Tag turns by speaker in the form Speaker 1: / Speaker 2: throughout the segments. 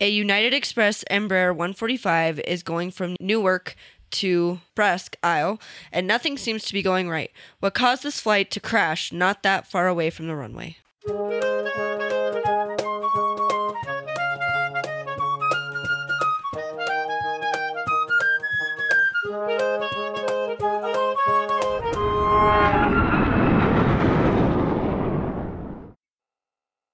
Speaker 1: A United Express Embraer 145 is going from Newark to Presque Isle, and nothing seems to be going right. What caused this flight to crash not that far away from the runway?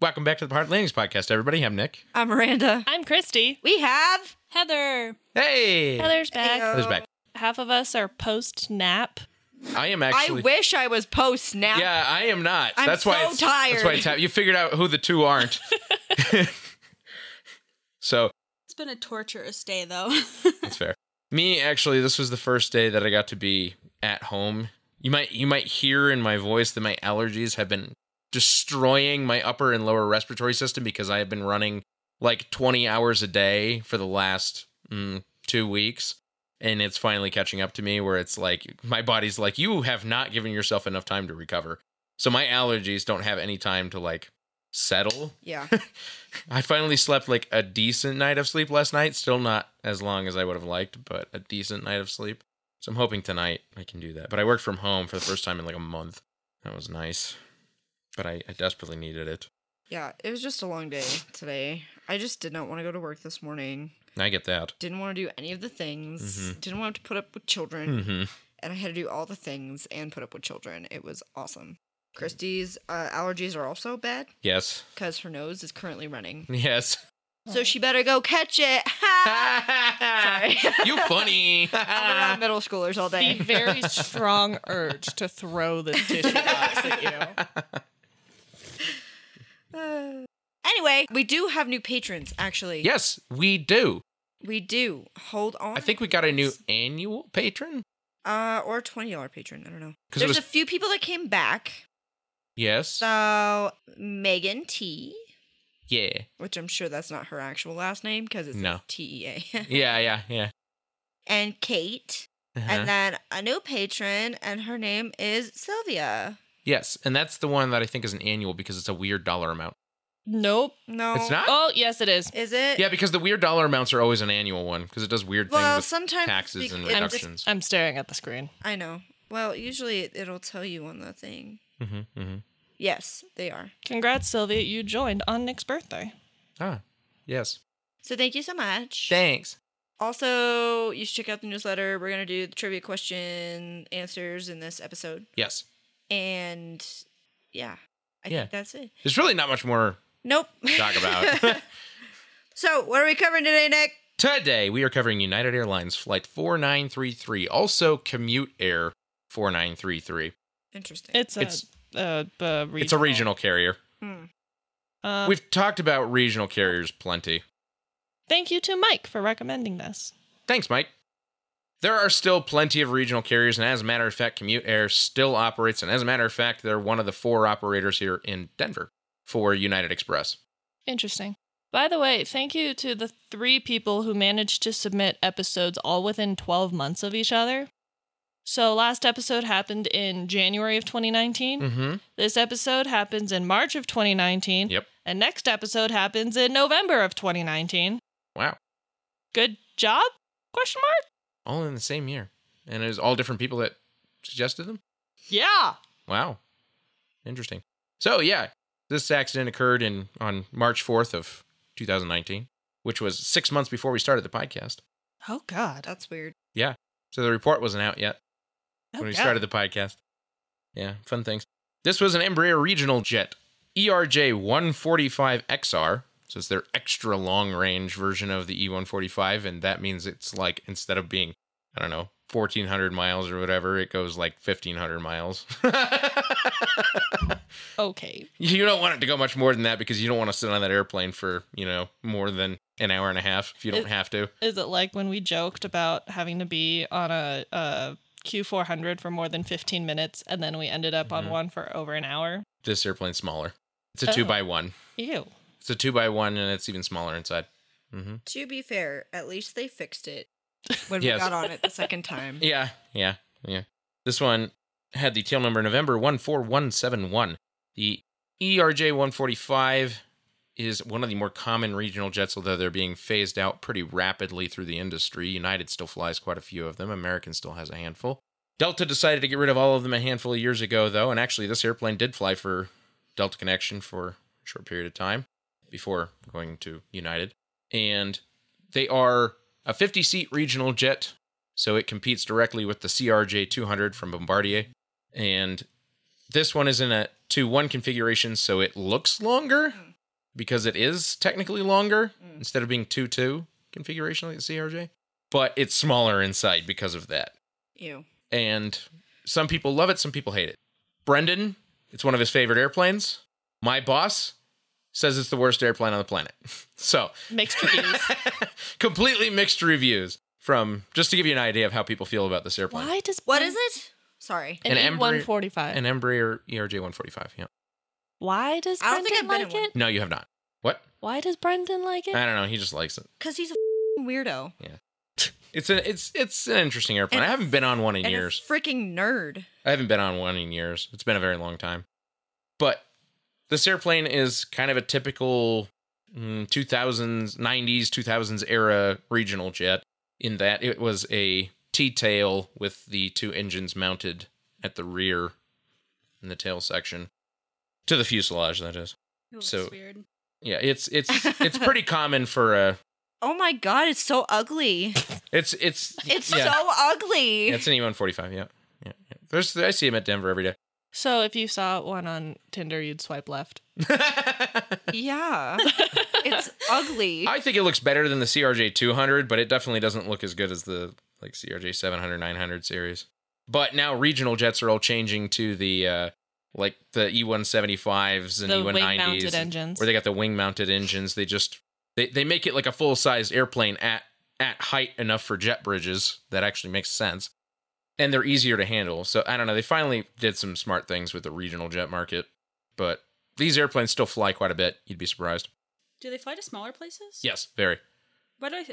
Speaker 2: Welcome back to the Hard Landings Podcast, everybody. I'm Nick.
Speaker 1: I'm Miranda.
Speaker 3: I'm Christy.
Speaker 1: We have
Speaker 3: Heather.
Speaker 2: Hey!
Speaker 3: Heather's back.
Speaker 1: Heyo.
Speaker 2: Heather's back.
Speaker 3: Half of us are post nap.
Speaker 2: I am
Speaker 1: I
Speaker 2: actually.
Speaker 1: wish I was post now.
Speaker 2: Yeah, I am not.
Speaker 1: I'm
Speaker 2: that's why.
Speaker 1: so
Speaker 2: it's- That's why
Speaker 1: tired.
Speaker 2: it's hap- you figured out who the two aren't. so
Speaker 4: It's been a torturous day, though.
Speaker 2: that's fair. Me actually, this was the first day that I got to be at home. You might you might hear in my voice that my allergies have been destroying my upper and lower respiratory system because I have been running like 20 hours a day for the last mm, two weeks. And it's finally catching up to me where it's like, my body's like, you have not given yourself enough time to recover. So my allergies don't have any time to like settle.
Speaker 1: Yeah.
Speaker 2: I finally slept like a decent night of sleep last night. Still not as long as I would have liked, but a decent night of sleep. So I'm hoping tonight I can do that. But I worked from home for the first time in like a month. That was nice. But I, I desperately needed it.
Speaker 5: Yeah, it was just a long day today. I just did not want to go to work this morning.
Speaker 2: I get that.
Speaker 5: Didn't want to do any of the things. Didn't want to put up with children.
Speaker 2: Mm-hmm. hmm
Speaker 5: And I had to do all the things and put up with children. It was awesome. Christy's uh, allergies are also bad
Speaker 2: Yes.
Speaker 5: because her nose is currently running.
Speaker 2: Yes.
Speaker 5: So she better go catch it. Sorry.
Speaker 2: you funny.
Speaker 5: I'm around middle schoolers all
Speaker 3: The
Speaker 5: day.
Speaker 3: very strong urge to throw this tissue box at you.
Speaker 5: Anyway, we do have new patrons, actually.
Speaker 2: yes, we do.
Speaker 5: We do. Hold on.
Speaker 2: I think we got a new annual patron.
Speaker 5: Uh, or $20 patron. I don't know.
Speaker 2: 'Cause it
Speaker 5: There's
Speaker 2: was-
Speaker 5: a few people that came back.
Speaker 2: Yes.
Speaker 5: So Megan T,
Speaker 2: Yeah.
Speaker 5: which I'm sure that's not her actual last name because it's
Speaker 2: No.
Speaker 5: T E A,
Speaker 2: Yeah, yeah, yeah.
Speaker 5: and Kate,
Speaker 2: Uh-huh.
Speaker 5: and then a new patron, and her name is Sylvia.
Speaker 2: yes, and that's the one that I think is an annual because it's a weird dollar amount.
Speaker 3: Nope.
Speaker 5: No,
Speaker 2: It's not?
Speaker 3: Oh, yes, it is.
Speaker 5: Is it?
Speaker 2: Yeah, because the weird dollar amounts are always an annual one because it does weird
Speaker 5: Well,
Speaker 2: things with
Speaker 5: sometimes
Speaker 2: taxes
Speaker 5: bec-
Speaker 2: and
Speaker 5: it just-
Speaker 3: I'm,
Speaker 2: reductions.
Speaker 3: I'm staring at the screen.
Speaker 5: I know. Well, usually it- it'll tell you on the thing.
Speaker 2: hmm hmm
Speaker 5: Yes, they are.
Speaker 3: Congrats, Sylvia. You joined on Nick's birthday.
Speaker 2: Ah, yes.
Speaker 5: So thank you so much.
Speaker 2: Thanks.
Speaker 5: also, you should check out the newsletter. We're gonna do the trivia question answers in this episode,
Speaker 2: Yes,
Speaker 5: and yeah, I
Speaker 2: Yeah.
Speaker 5: think that's it.
Speaker 2: there's really not much more
Speaker 5: Nope.
Speaker 2: to talk about.
Speaker 5: So, what are we covering today, Nick?
Speaker 2: Today, we are covering United Airlines Flight 4933, also Commute Air 4933.
Speaker 5: Interesting.
Speaker 3: It's a,
Speaker 2: It's-
Speaker 3: uh, uh, regional.
Speaker 2: It's a regional carrier.
Speaker 5: Hmm,
Speaker 3: Uh,
Speaker 2: We've talked about regional carriers plenty.
Speaker 3: thank you to Mike for recommending this.
Speaker 2: Thanks, Mike. There are still plenty of regional carriers, and as a matter of fact, Commute Air still operates. And as a matter of fact, they're one of the four operators here in Denver for United Express.
Speaker 3: Interesting. By the way, thank you to the three people who managed to submit episodes all within 12 months of each other. So, last episode happened in January of 2019.
Speaker 2: Mm-hmm.
Speaker 3: This episode happens in March of 2019.
Speaker 2: Yep.
Speaker 3: And next episode happens in November of 2019.
Speaker 2: Wow.
Speaker 3: Good job? Question mark?
Speaker 2: All in the same year. And it was all different people that suggested them?
Speaker 3: Yeah.
Speaker 2: Wow. Interesting. So, yeah, this accident occurred in on March 4th of 2019, which was 6 months before we started the podcast.
Speaker 3: Oh God.
Speaker 5: That's weird.
Speaker 2: So the report wasn't out yet when we started the podcast. Yeah, fun things. This was an Embraer regional jet, E ERJ 145XR. So it's their extra long range version of the E E145. And that means it's like, instead of being, I don't know, 1400 miles or whatever, it goes like 1500 miles.
Speaker 3: Okay.
Speaker 2: you don't want it to go much more than that because you don't want to sit on that airplane for, you know, more than an hour and a half if you don't
Speaker 3: It-
Speaker 2: have to.
Speaker 3: Is it like when we joked about having to be on a, a Q400 for more than 15 minutes and then we ended up on
Speaker 2: Mhm.
Speaker 3: one for over an hour?
Speaker 2: This airplane's smaller. It's a two
Speaker 3: Oh.
Speaker 2: by one.
Speaker 3: Ew.
Speaker 2: It's a two by one and it's even smaller inside. hmm
Speaker 5: To be fair, at least they fixed it when
Speaker 2: Yes.
Speaker 5: we got on it the second time.
Speaker 2: Yeah, yeah, yeah. This one had the tail E number November 14171. The ERJ 145 is one of the more common regional jets, although they're being phased out pretty rapidly through the industry. United still flies quite a few of them, American still has a handful. Delta decided to get rid of all of them a handful of years ago, though, and actually, this airplane did fly for Delta Connection for a short period of time before going to United. And they are a 50 seat regional jet, so it competes directly with the CRJ 200 from Bombardier. And this one is in a 2 1 configuration, so it looks longer because it is technically longer
Speaker 5: Mm.
Speaker 2: instead of being 2 2 configuration like the CRJ, but it's smaller inside because of that
Speaker 5: Ew.
Speaker 2: and some people love it, some people hate it. Brendan, it's one of his favorite airplanes. My boss says it's the worst airplane on the planet. So,
Speaker 3: Mixed reviews.
Speaker 2: completely mixed reviews from just to give you an idea of how people feel about this airplane.
Speaker 3: Why does
Speaker 5: What is it? Sorry.
Speaker 2: An
Speaker 3: an E
Speaker 2: Embraer-
Speaker 3: one forty
Speaker 2: An
Speaker 3: five?
Speaker 2: Embraer E ERJ 145. Yeah.
Speaker 3: Why does
Speaker 5: I don't
Speaker 3: Brendan
Speaker 5: think I've
Speaker 3: like
Speaker 5: been in
Speaker 3: it?
Speaker 2: No, you have not. What?
Speaker 3: Why does Brendan like it?
Speaker 2: I don't know. He just likes it.
Speaker 5: Because he's a weirdo.
Speaker 2: It's an it's it's an interesting airplane.
Speaker 5: And-
Speaker 2: I haven't been on one in
Speaker 5: and
Speaker 2: years.
Speaker 5: a freaking nerd.
Speaker 2: I haven't been on one in years. It's been a very long time. But this airplane is kind of a typical mm, 2000s, 90s, 2000s era regional jet in that it was a T tail with the two engines mounted at the rear in the tail section to the fuselage, that is.
Speaker 4: It looks
Speaker 2: So-
Speaker 4: weird.
Speaker 2: Yeah, it's it's it's pretty common for a
Speaker 5: Oh my god, it's so ugly.
Speaker 2: it's it's
Speaker 5: It's
Speaker 2: yeah,
Speaker 5: so ugly.
Speaker 2: yeah, it's an E one forty five. Yeah, yeah. yeah. There's I see him at Denver every day.
Speaker 3: So if you saw one on Tinder, you'd swipe left.
Speaker 5: yeah. It's ugly.
Speaker 2: I think it looks better than the CRJ 200, but it definitely doesn't look as good as the like CRJ 700, 900 series. But now regional jets are all changing to the uh like the E175s and
Speaker 3: the wing mounted
Speaker 2: E190s,
Speaker 3: engines.
Speaker 2: where they got the wing mounted engines. They just they, they make it like a full sized airplane at at height enough for jet bridges that actually makes sense, and they're easier to handle. So I don't know. They finally did some smart things with the regional jet market, but these airplanes still fly quite a bit. You'd be surprised.
Speaker 4: Do they fly to smaller places?
Speaker 2: Yes, very.
Speaker 4: Why do I?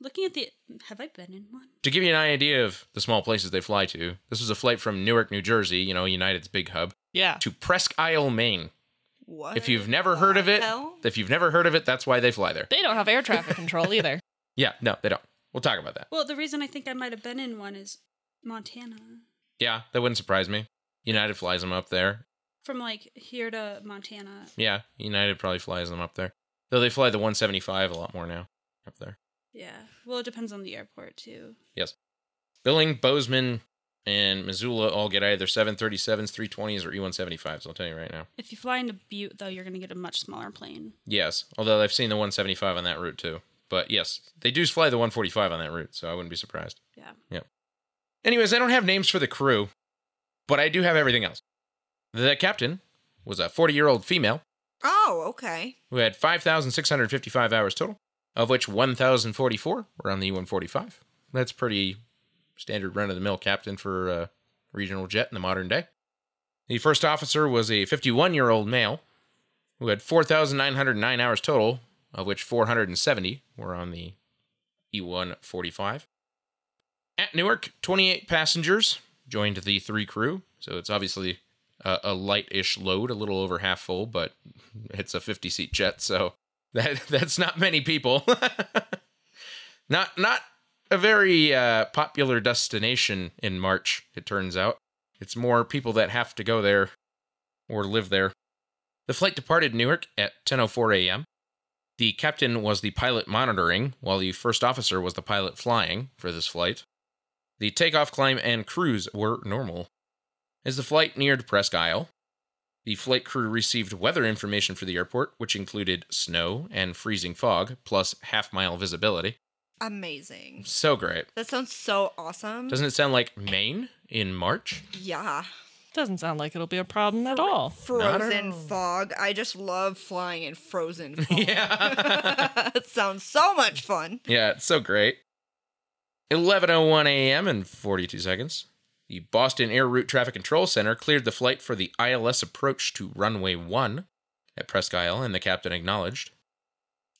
Speaker 4: Looking at the, have I been in one?
Speaker 2: To give you an idea of the small places they fly to, this was a flight from Newark, New Jersey, you know, United's big hub,
Speaker 3: yeah.
Speaker 2: to Presque Isle, Maine.
Speaker 5: what?
Speaker 2: If you've never heard of it,
Speaker 5: Hell?
Speaker 2: if you've never heard of it, that's why they fly there.
Speaker 3: They don't have air traffic control either.
Speaker 2: Yeah, no, they don't. We'll talk about that.
Speaker 4: Well, the reason I think I might have been in one is Montana.
Speaker 2: Yeah, that wouldn't surprise me. United flies them up there.
Speaker 4: From like here to Montana.
Speaker 2: Yeah, United probably flies them up there. Though they fly the 175 a lot more now up there.
Speaker 4: Yeah. Well, it depends on the airport too.
Speaker 2: Billing, Bozeman, and Missoula all get either 737s, 320s, or E175s. I'll tell you right now.
Speaker 4: If you fly into Butte, though, you're going to get a much smaller plane.
Speaker 2: Yes, although I've seen the 175 on that route too. But yes, they do fly the 145 on that route, so I wouldn't be surprised.
Speaker 4: Yeah.
Speaker 2: Anyways, I don't have names for the crew, but I do have everything else. The captain was a 40 year old female
Speaker 5: Oh, okay.
Speaker 2: who had 5,655 hours total, of which 1,044 were on the U 145. That's pretty standard run of the mill captain for a regional jet in the modern day. The first officer was a 51 year old male who had 4,909 hours total, of which 470 were on the E 145. At Newark, 28 passengers joined the three crew, so it's obviously a, a light ish load, a little over half full, but it's a 50 seat jet, so that that's not many people. not not a very uh, popular destination in March, it turns out. It's more people that have to go there or live there. The flight departed Newark at 10:04 a.m. The captain was the pilot monitoring, while the first officer was the pilot flying for this flight. The takeoff, climb, and cruise were normal. As the flight neared Presque Isle, the flight crew received weather information for the airport, which included snow and freezing fog, plus half mile visibility.
Speaker 5: Amazing.
Speaker 2: So great.
Speaker 5: That sounds so awesome.
Speaker 2: Doesn't it sound like Maine in March?
Speaker 5: yeah.
Speaker 3: Doesn't sound like it'll be a problem at all.
Speaker 2: Not at
Speaker 5: Frozen
Speaker 2: all.
Speaker 5: fog. I just love flying in frozen fog.
Speaker 2: Yeah.
Speaker 5: it sounds so much fun.
Speaker 2: Yeah, it's so great. 11:01 a.m. and 42 seconds. The Boston Air Route Traffic Control Center cleared the flight for the ILS approach to runway 1 at Presque Isle and the captain acknowledged.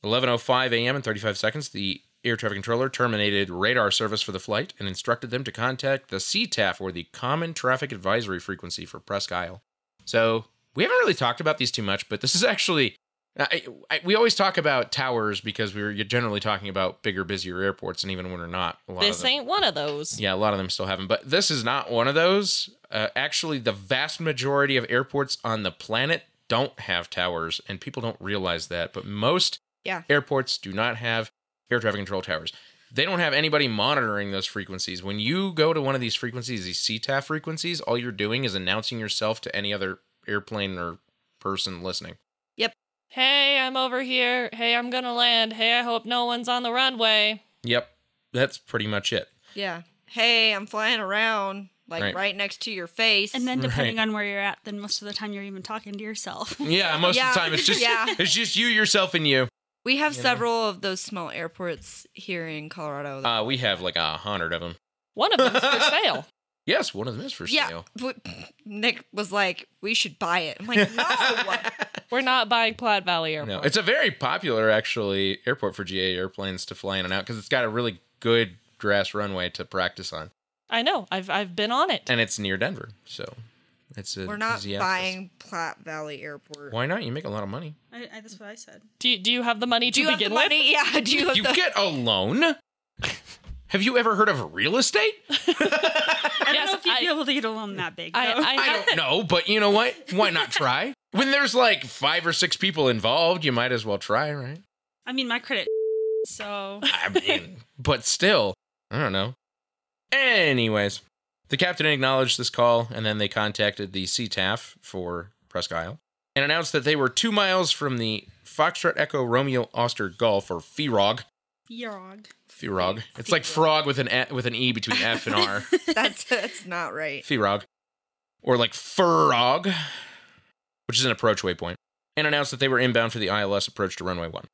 Speaker 2: 11:05 a.m. and 35 seconds, the air traffic controller terminated radar service for the flight and instructed them to contact the CTAF or the Common Traffic Advisory Frequency for Presque Isle. So, we haven't really talked about these too much, but this is actually I, I, we always talk about towers because we're generally talking about bigger, busier airports, and even when we're not, a lot of
Speaker 3: This
Speaker 2: them-
Speaker 3: ain't one of those.
Speaker 2: Yeah, a lot of them still haven't. But this is not one of those. Uh, actually, the vast majority of airports on the planet don't have towers, and people don't realize that. But most
Speaker 5: Yeah.
Speaker 2: airports do not have air traffic control towers. They don't have anybody monitoring those frequencies. When you go to one of these frequencies, these CTAF frequencies, all you're doing is announcing yourself to any other airplane or person listening.
Speaker 3: Hey, I'm over here. Hey, I'm gonna land. Hey, I hope no one's on the runway.
Speaker 2: Yep, that's pretty much it.
Speaker 5: Yeah. Hey, I'm flying around like
Speaker 2: Right.
Speaker 5: right, next to your face.
Speaker 4: And then
Speaker 2: Right.
Speaker 4: depending on where you're at, then most of the time you're even talking to yourself.
Speaker 2: Yeah, most
Speaker 5: Yeah,
Speaker 2: of the time it's just
Speaker 5: yeah.
Speaker 2: it's just you, yourself, and you.
Speaker 5: we have
Speaker 2: You know.
Speaker 5: several of those small airports here in Colorado.
Speaker 2: Uh, we have like a hundred of them.
Speaker 3: One of them's for sale.
Speaker 2: Yes, one of them is for
Speaker 5: yeah.
Speaker 2: sale.
Speaker 5: But Nick was like, "We should buy it." I'm like, "No."
Speaker 3: We're not buying Platte Valley Airport.
Speaker 2: no, it's a very popular actually airport for GA airplanes to fly in and out because it's got a really good grass runway to practice on,
Speaker 3: I know. I've I've been on it.
Speaker 2: and it's near Denver, so it's a
Speaker 5: We're not
Speaker 2: easy access.
Speaker 5: buying Platte Valley Airport.
Speaker 2: Why not? You make a lot of money.
Speaker 4: I, I, that's what I said.
Speaker 3: Do you, do you have the money to
Speaker 5: Do you have
Speaker 3: begin
Speaker 5: the
Speaker 3: with?
Speaker 5: money? Yeah. Do you have
Speaker 2: You
Speaker 5: the?
Speaker 2: get a loan. Have you ever heard of real estate?
Speaker 4: I don't
Speaker 3: Yes,
Speaker 4: know if you'd
Speaker 3: I-
Speaker 4: be able to get a loan that big.
Speaker 3: I,
Speaker 4: though.
Speaker 3: I,
Speaker 2: I
Speaker 3: have
Speaker 2: don't know, but you know what? Why not try? When there's like five or six people involved, you might as well try, right?
Speaker 4: I mean, my credit. So
Speaker 2: I mean, but still, I don't know. Anyways, the captain acknowledged this call and then they contacted the CTAF for Presque Isle and announced that they were two miles from the Foxtrot Echo Romeo Oster Gulf or E FIROG.
Speaker 4: Yarog.
Speaker 2: FIROG. It's like E frog with an a, with an E between F and R. E
Speaker 5: That's that's not right.
Speaker 2: Firog, or like E Furog, which is an approach waypoint, and announced that they were inbound for the ILS approach to runway one.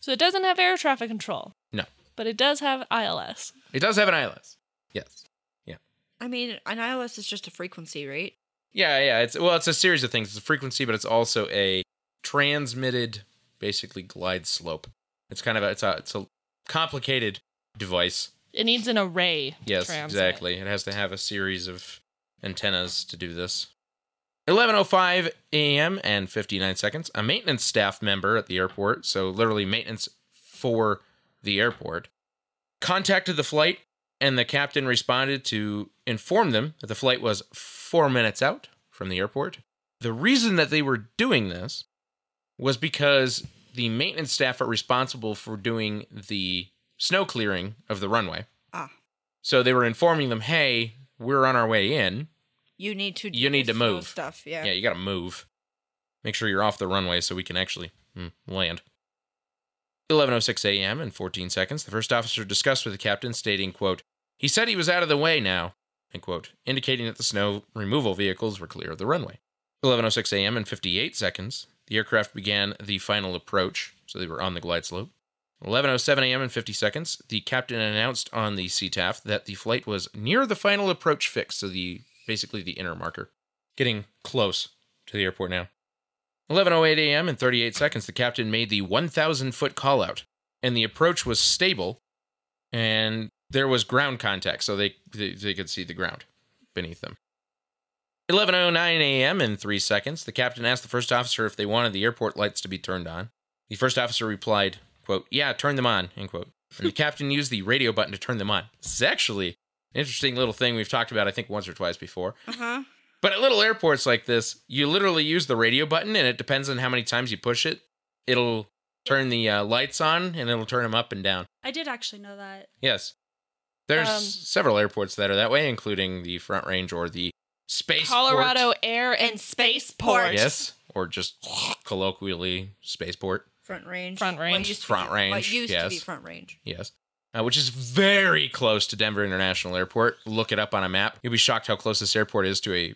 Speaker 3: so it doesn't have air traffic control.
Speaker 2: No.
Speaker 3: But it does have ILS.
Speaker 2: It does have an ILS. Yes.
Speaker 5: I mean, an ILS is just a frequency, right?
Speaker 2: Yeah, yeah. It's well, it's a series of things. It's a frequency, but it's also a transmitted, basically glide slope. It's kind of a, it's a it's a complicated device.
Speaker 3: It needs an array. to
Speaker 2: Yes,
Speaker 3: transmit.
Speaker 2: exactly. It has to have a series of antennas to do this. 11:05 a.m. and 59 seconds. A maintenance staff member at the airport, so literally maintenance for the airport, contacted the flight and the captain responded to inform them that the flight was 4 minutes out from the airport. The reason that they were doing this was because the maintenance staff are responsible for doing the snow clearing of the runway.
Speaker 5: Ah,
Speaker 2: So they were informing them, "Hey, we're on our way in.
Speaker 5: you need to. do
Speaker 2: You need
Speaker 5: this
Speaker 2: to
Speaker 5: snow
Speaker 2: move.
Speaker 5: stuff.
Speaker 2: Yeah,
Speaker 5: Yeah.
Speaker 2: you got to move. Make sure you're off the runway so we can actually mm, land." 11:06 a.m. in 14 seconds, the first officer discussed with the captain, stating, "Quote: He said he was out of the way now." End quote, indicating that the snow removal vehicles were clear of the runway. 11:06 a.m. in 58 seconds, the aircraft began the final approach, so they were on the glide slope. 11:07 a.m. and 50 seconds, the captain announced on the CTAF that the flight was near the final approach fix, so the basically the inner marker, getting close to the airport now. 11:08 a.m. and 38 seconds, the captain made the 1,000 foot call out, and the approach was stable, and there was ground contact, so they they, they could see the ground beneath them. 11:09 a.m. in 3 seconds, the captain asked the first officer if they wanted the airport lights to be turned on. The first officer replied, quote, yeah, turn them on, end quote. And the captain used the radio button to turn them on. This is actually an interesting little thing we've talked about, I think, once or twice before.
Speaker 5: Uh huh.
Speaker 2: But at little airports like this, you literally use the radio button, and it depends on how many times you push it. It'll turn the uh, lights on, and it'll turn them up and down.
Speaker 4: I did actually know that.
Speaker 2: Yes. There's
Speaker 3: Um,
Speaker 2: several airports that are that way, including the Front Range or the Space
Speaker 3: Colorado Air and,
Speaker 5: And
Speaker 3: Spaceport.
Speaker 5: Spaceport.
Speaker 2: Yes, or just colloquially Spaceport.
Speaker 5: Front range.
Speaker 3: Front
Speaker 5: What
Speaker 3: range.
Speaker 5: used to
Speaker 2: Front
Speaker 5: be-
Speaker 2: range,
Speaker 5: What used to be
Speaker 2: yes.
Speaker 5: front range.
Speaker 2: Yes. Uh, which is very close to Denver International Airport. Look it up on a map. You'll be shocked how close this airport is to a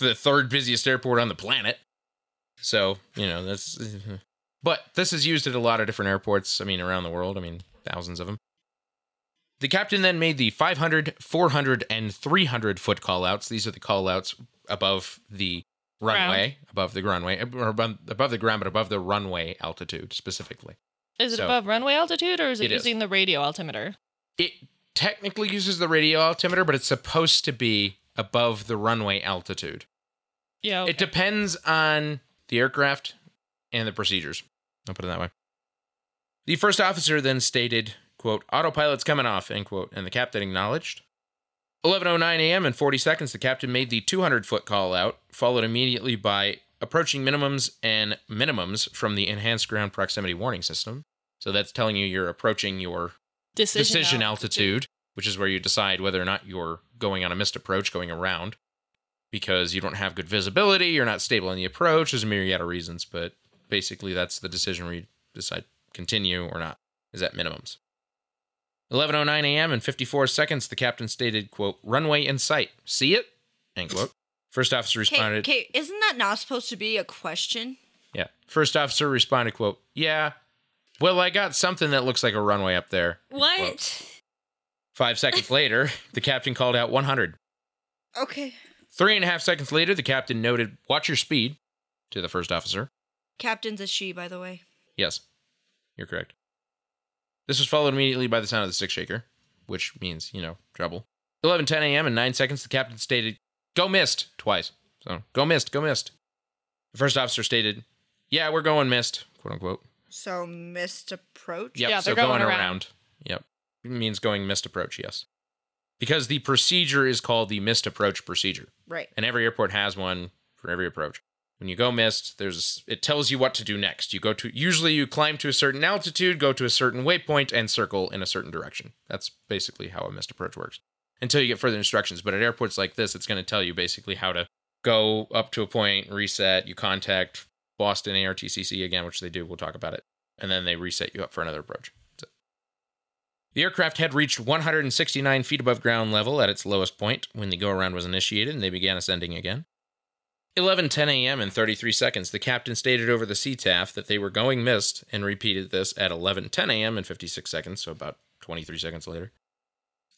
Speaker 2: the third busiest airport on the planet. So, you know, that's but this is used at a lot of different airports, I mean around the world, I mean thousands of them. The captain then made the 500, 400 and 300 foot call outs. These are the call outs above the
Speaker 3: Ground.
Speaker 2: runway, above the runway, or above above the ground but above the runway altitude specifically.
Speaker 3: Is it
Speaker 2: So-
Speaker 3: above runway altitude or is it,
Speaker 2: It is.
Speaker 3: using the radio altimeter?
Speaker 2: it technically uses the radio altimeter, but it's supposed to be above the runway altitude.
Speaker 3: Yeah.
Speaker 2: It depends on the aircraft and the procedures. I'll put it that way. The first officer then stated, quote, autopilot's coming off, end quote, and the captain acknowledged. 11.09 a.m. and 40 seconds, the captain made the 200-foot call out, followed immediately by approaching minimums and minimums from the enhanced ground proximity warning system. So that's telling you you're approaching your
Speaker 3: Decision,
Speaker 2: decision, altitude, which is where you decide whether or not you're going on a missed approach, going around, because you don't have good visibility, you're not stable in the approach. There's a myriad of reasons, but basically that's the decision where you decide continue or not is at minimums. 11:09 a.m. and 54 seconds, the captain stated, "quote Runway in sight. See it?" End quote. First officer
Speaker 5: Okay,
Speaker 2: responded,
Speaker 5: okay, isn't that not supposed to be a question?
Speaker 2: "Yeah." First officer responded, "quote Yeah." Well, I got something that looks like a runway up there. end
Speaker 4: What?
Speaker 2: quote. Five seconds later, the captain called out 100.
Speaker 5: Okay.
Speaker 2: Three and a half seconds later, the captain noted, Watch your speed to the first officer.
Speaker 5: Captain's a she, by the way.
Speaker 2: Yes, you're correct. This was followed immediately by the sound of the stick shaker, which means, you know, trouble. 11:10 a.m. in 9 seconds, the captain stated, "Go missed" twice. So, "Go missed, go missed." The first officer stated, "Yeah, we're going missed," quote unquote.
Speaker 5: So missed approach.
Speaker 2: Yep,
Speaker 3: Yeah,
Speaker 2: so
Speaker 3: they're going
Speaker 2: going,
Speaker 3: around.
Speaker 2: around. Yep. It means going missed approach, yes. Because the procedure is called the missed approach procedure.
Speaker 5: Right.
Speaker 2: and every airport has one for every approach. When you go missed, there's it tells you what to do next. You go to usually you climb to a certain altitude, go to a certain waypoint, and circle in a certain direction. That's basically how a missed approach works. Until you get further instructions. But at airports like this, it's going to tell you basically how to go up to a point, reset, you contact Boston ARTCC again, which they do. We'll talk about it. And then they reset you up for another approach. That's it. The aircraft had reached 169 feet above ground level at its lowest point when the go around was initiated and they began ascending again. 11:10 a.m. in 33 seconds, the captain stated over the CTAF that they were going missed and repeated this at 11:10 a.m. in 56 seconds, so about 23 seconds later.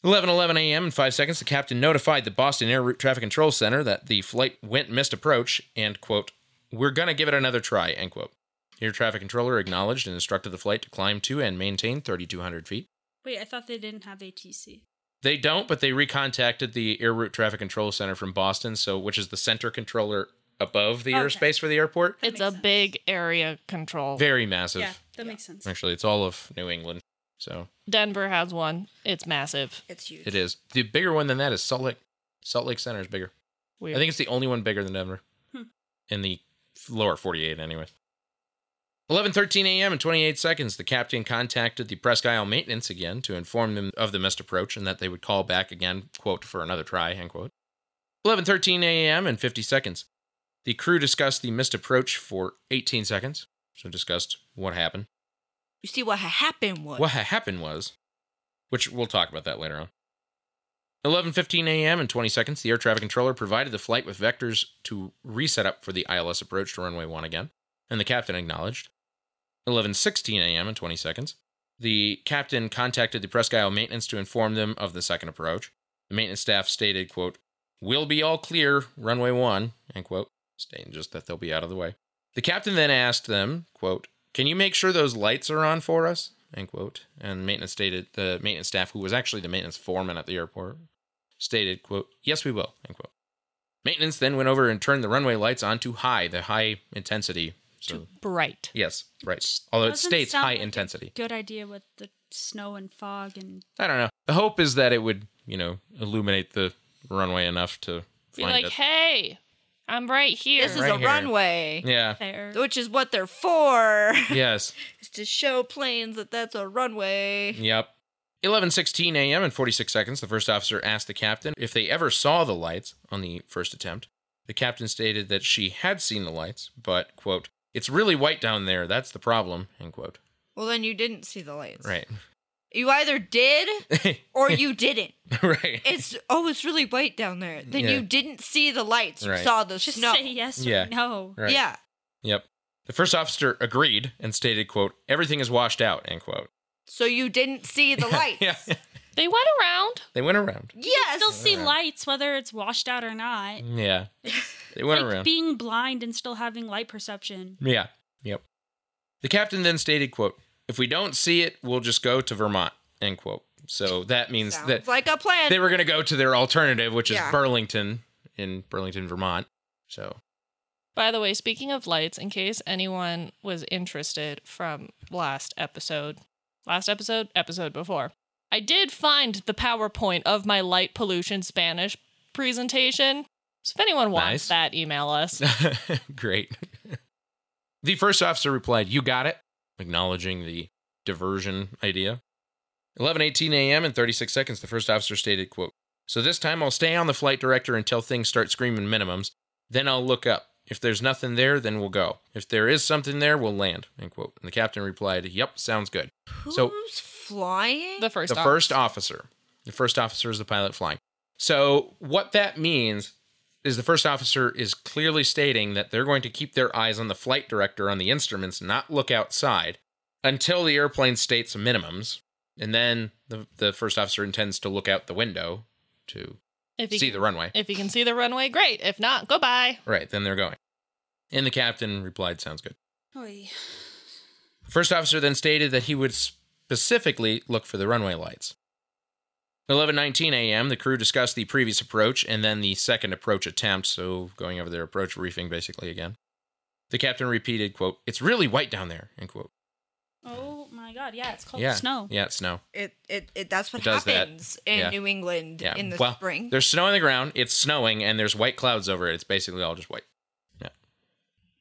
Speaker 2: 11:11 a.m. in 5 seconds, the captain notified the Boston Air Route Traffic Control Center that the flight went missed approach and quote, "We're going to give it another try." end quote. Air traffic controller acknowledged and instructed the flight to climb to and maintain 3200 feet.
Speaker 4: Wait, I thought they didn't have ATC.
Speaker 2: They don't, but they recontacted the Air Route Traffic Control Center from Boston, so which is the center controller above the
Speaker 4: Okay.
Speaker 2: airspace for the airport.
Speaker 4: That
Speaker 3: It's a
Speaker 4: makes sense.
Speaker 3: big area control.
Speaker 2: Very massive.
Speaker 4: Yeah, that makes sense.
Speaker 2: Actually, it's all of New England, so
Speaker 3: Denver has one. It's massive.
Speaker 5: It's huge.
Speaker 2: it is. The bigger one than that is Salt Lake. Salt Lake Center is bigger.
Speaker 3: Weird.
Speaker 2: I think it's the only one bigger than Denver.
Speaker 4: Hmm.
Speaker 2: In the lower 48, anyway. 11:13 a.m. in 28 seconds, the captain contacted the Presque Isle maintenance again to inform them of the missed approach and that they would call back again, quote, for another try, end quote. 11:13 a.m. and 50 seconds, the crew discussed the missed approach for 18 seconds. So discussed what happened
Speaker 5: You see what ha- happened was.
Speaker 2: what ha- happened was, which we'll talk about that later on. 11:15 a.m. and 20 seconds, the air traffic controller provided the flight with vectors to reset up for the ILS approach to runway 1 again, and the captain acknowledged. 11:16 a.m. and 20 seconds, the captain contacted the Presque Isle maintenance to inform them of the second approach. The maintenance staff stated, quote, "We'll be all clear, runway 1," end quote, stating just that they'll be out of the way. The captain then asked them, quote, "Can you make sure those lights are on for us?" end quote. And maintenance stated the maintenance staff, who was actually the maintenance foreman at the airport, stated, quote, "Yes, we will." End quote. Maintenance then went over and turned the runway lights on to high, the high intensity. So
Speaker 3: Too bright.
Speaker 2: yes, right. Although it
Speaker 4: Doesn't
Speaker 2: states
Speaker 4: sound
Speaker 2: high
Speaker 4: like a
Speaker 2: intensity.
Speaker 4: Good idea with the snow and fog and
Speaker 2: I don't know. The hope is that it would, you know, illuminate the runway enough to
Speaker 3: Be
Speaker 2: find
Speaker 3: like,
Speaker 2: it.
Speaker 3: hey, I'm right here.
Speaker 5: This is
Speaker 2: Right
Speaker 5: a
Speaker 2: here.
Speaker 5: runway,
Speaker 2: Yeah.
Speaker 4: air.
Speaker 5: which is what they're for.
Speaker 2: Yes.
Speaker 5: is to show planes that that's a runway.
Speaker 2: Yep. 11:16 a.m. and 46 seconds, the first officer asked the captain if they ever saw the lights on the first attempt. The captain stated that she had seen the lights, but quote, "It's really white down there. That's the problem." End quote.
Speaker 5: Well, then you didn't see the lights.
Speaker 2: Right.
Speaker 5: You either did or you didn't.
Speaker 2: right.
Speaker 5: It's oh, it's really white down there. Then
Speaker 2: Yeah.
Speaker 5: you didn't see the lights. You
Speaker 2: Right.
Speaker 5: saw the
Speaker 4: Just
Speaker 5: snow.
Speaker 4: say yes or
Speaker 2: Yeah.
Speaker 4: no.
Speaker 2: right.
Speaker 5: Yeah.
Speaker 2: Yep. The first officer agreed and stated, "quote Everything is washed out." End quote.
Speaker 5: So you didn't see the lights.
Speaker 2: yeah.
Speaker 3: they went around.
Speaker 2: They went around.
Speaker 5: Yes.
Speaker 4: Still see lights whether it's washed out or not.
Speaker 2: Yeah. They went
Speaker 4: like
Speaker 2: around.
Speaker 4: being blind and still having light perception.
Speaker 2: Yeah. Yep. The captain then stated, quote, if we don't see it, we'll just go to Vermont, end quote. So that means
Speaker 5: Sounds
Speaker 2: that
Speaker 5: like a plan.
Speaker 2: they were going to go to their alternative, which
Speaker 5: Yeah.
Speaker 2: is Burlington in Burlington, Vermont. So
Speaker 3: By the way, speaking of lights, in case anyone was interested from last episode, last episode, episode before, I did find the PowerPoint of my light pollution Spanish presentation. So if anyone
Speaker 2: Nice.
Speaker 3: wants that, email us.
Speaker 2: Great. The first officer replied, You got it, acknowledging the diversion idea. 11:18 a.m. and 36 seconds the first officer stated, quote, "So this time I'll stay on the flight director until things start screaming minimums, then I'll look up. If there's nothing there, then we'll go. If there is something there, we'll land." End quote. And the captain replied, "Yep, sounds good."
Speaker 5: Who's
Speaker 2: So-
Speaker 5: flying?
Speaker 3: The first
Speaker 2: the
Speaker 3: off-
Speaker 2: first officer. The first officer is the pilot flying. So what that means is the first officer is clearly stating that they're going to keep their eyes on the flight director on the instruments, not look outside until the airplane states minimums, and then the the first officer intends to look out the window to
Speaker 3: If you
Speaker 2: see
Speaker 3: can,
Speaker 2: the runway.
Speaker 3: if you can see the runway, great. If not, goodbye.
Speaker 2: Right, then they're going. And the captain replied, "Sounds good."
Speaker 4: Oy.
Speaker 2: First officer then stated that he would specifically look for the runway lights. 11:19 a.m. the crew discussed the previous approach and then the second approach attempt, so going over their approach briefing basically again. The captain repeated, quote, "It's really white down there." End quote.
Speaker 4: Oh my god, yeah, it's called
Speaker 2: yeah.
Speaker 4: snow.
Speaker 2: Yeah, it's snow.
Speaker 5: It, it, it that's what
Speaker 2: It does that.
Speaker 5: happens in
Speaker 2: Yeah.
Speaker 5: New England
Speaker 2: Yeah.
Speaker 5: in the
Speaker 2: well,
Speaker 5: spring.
Speaker 2: There's snow on the ground, it's snowing, and there's white clouds over it. It's basically all just white. Yeah.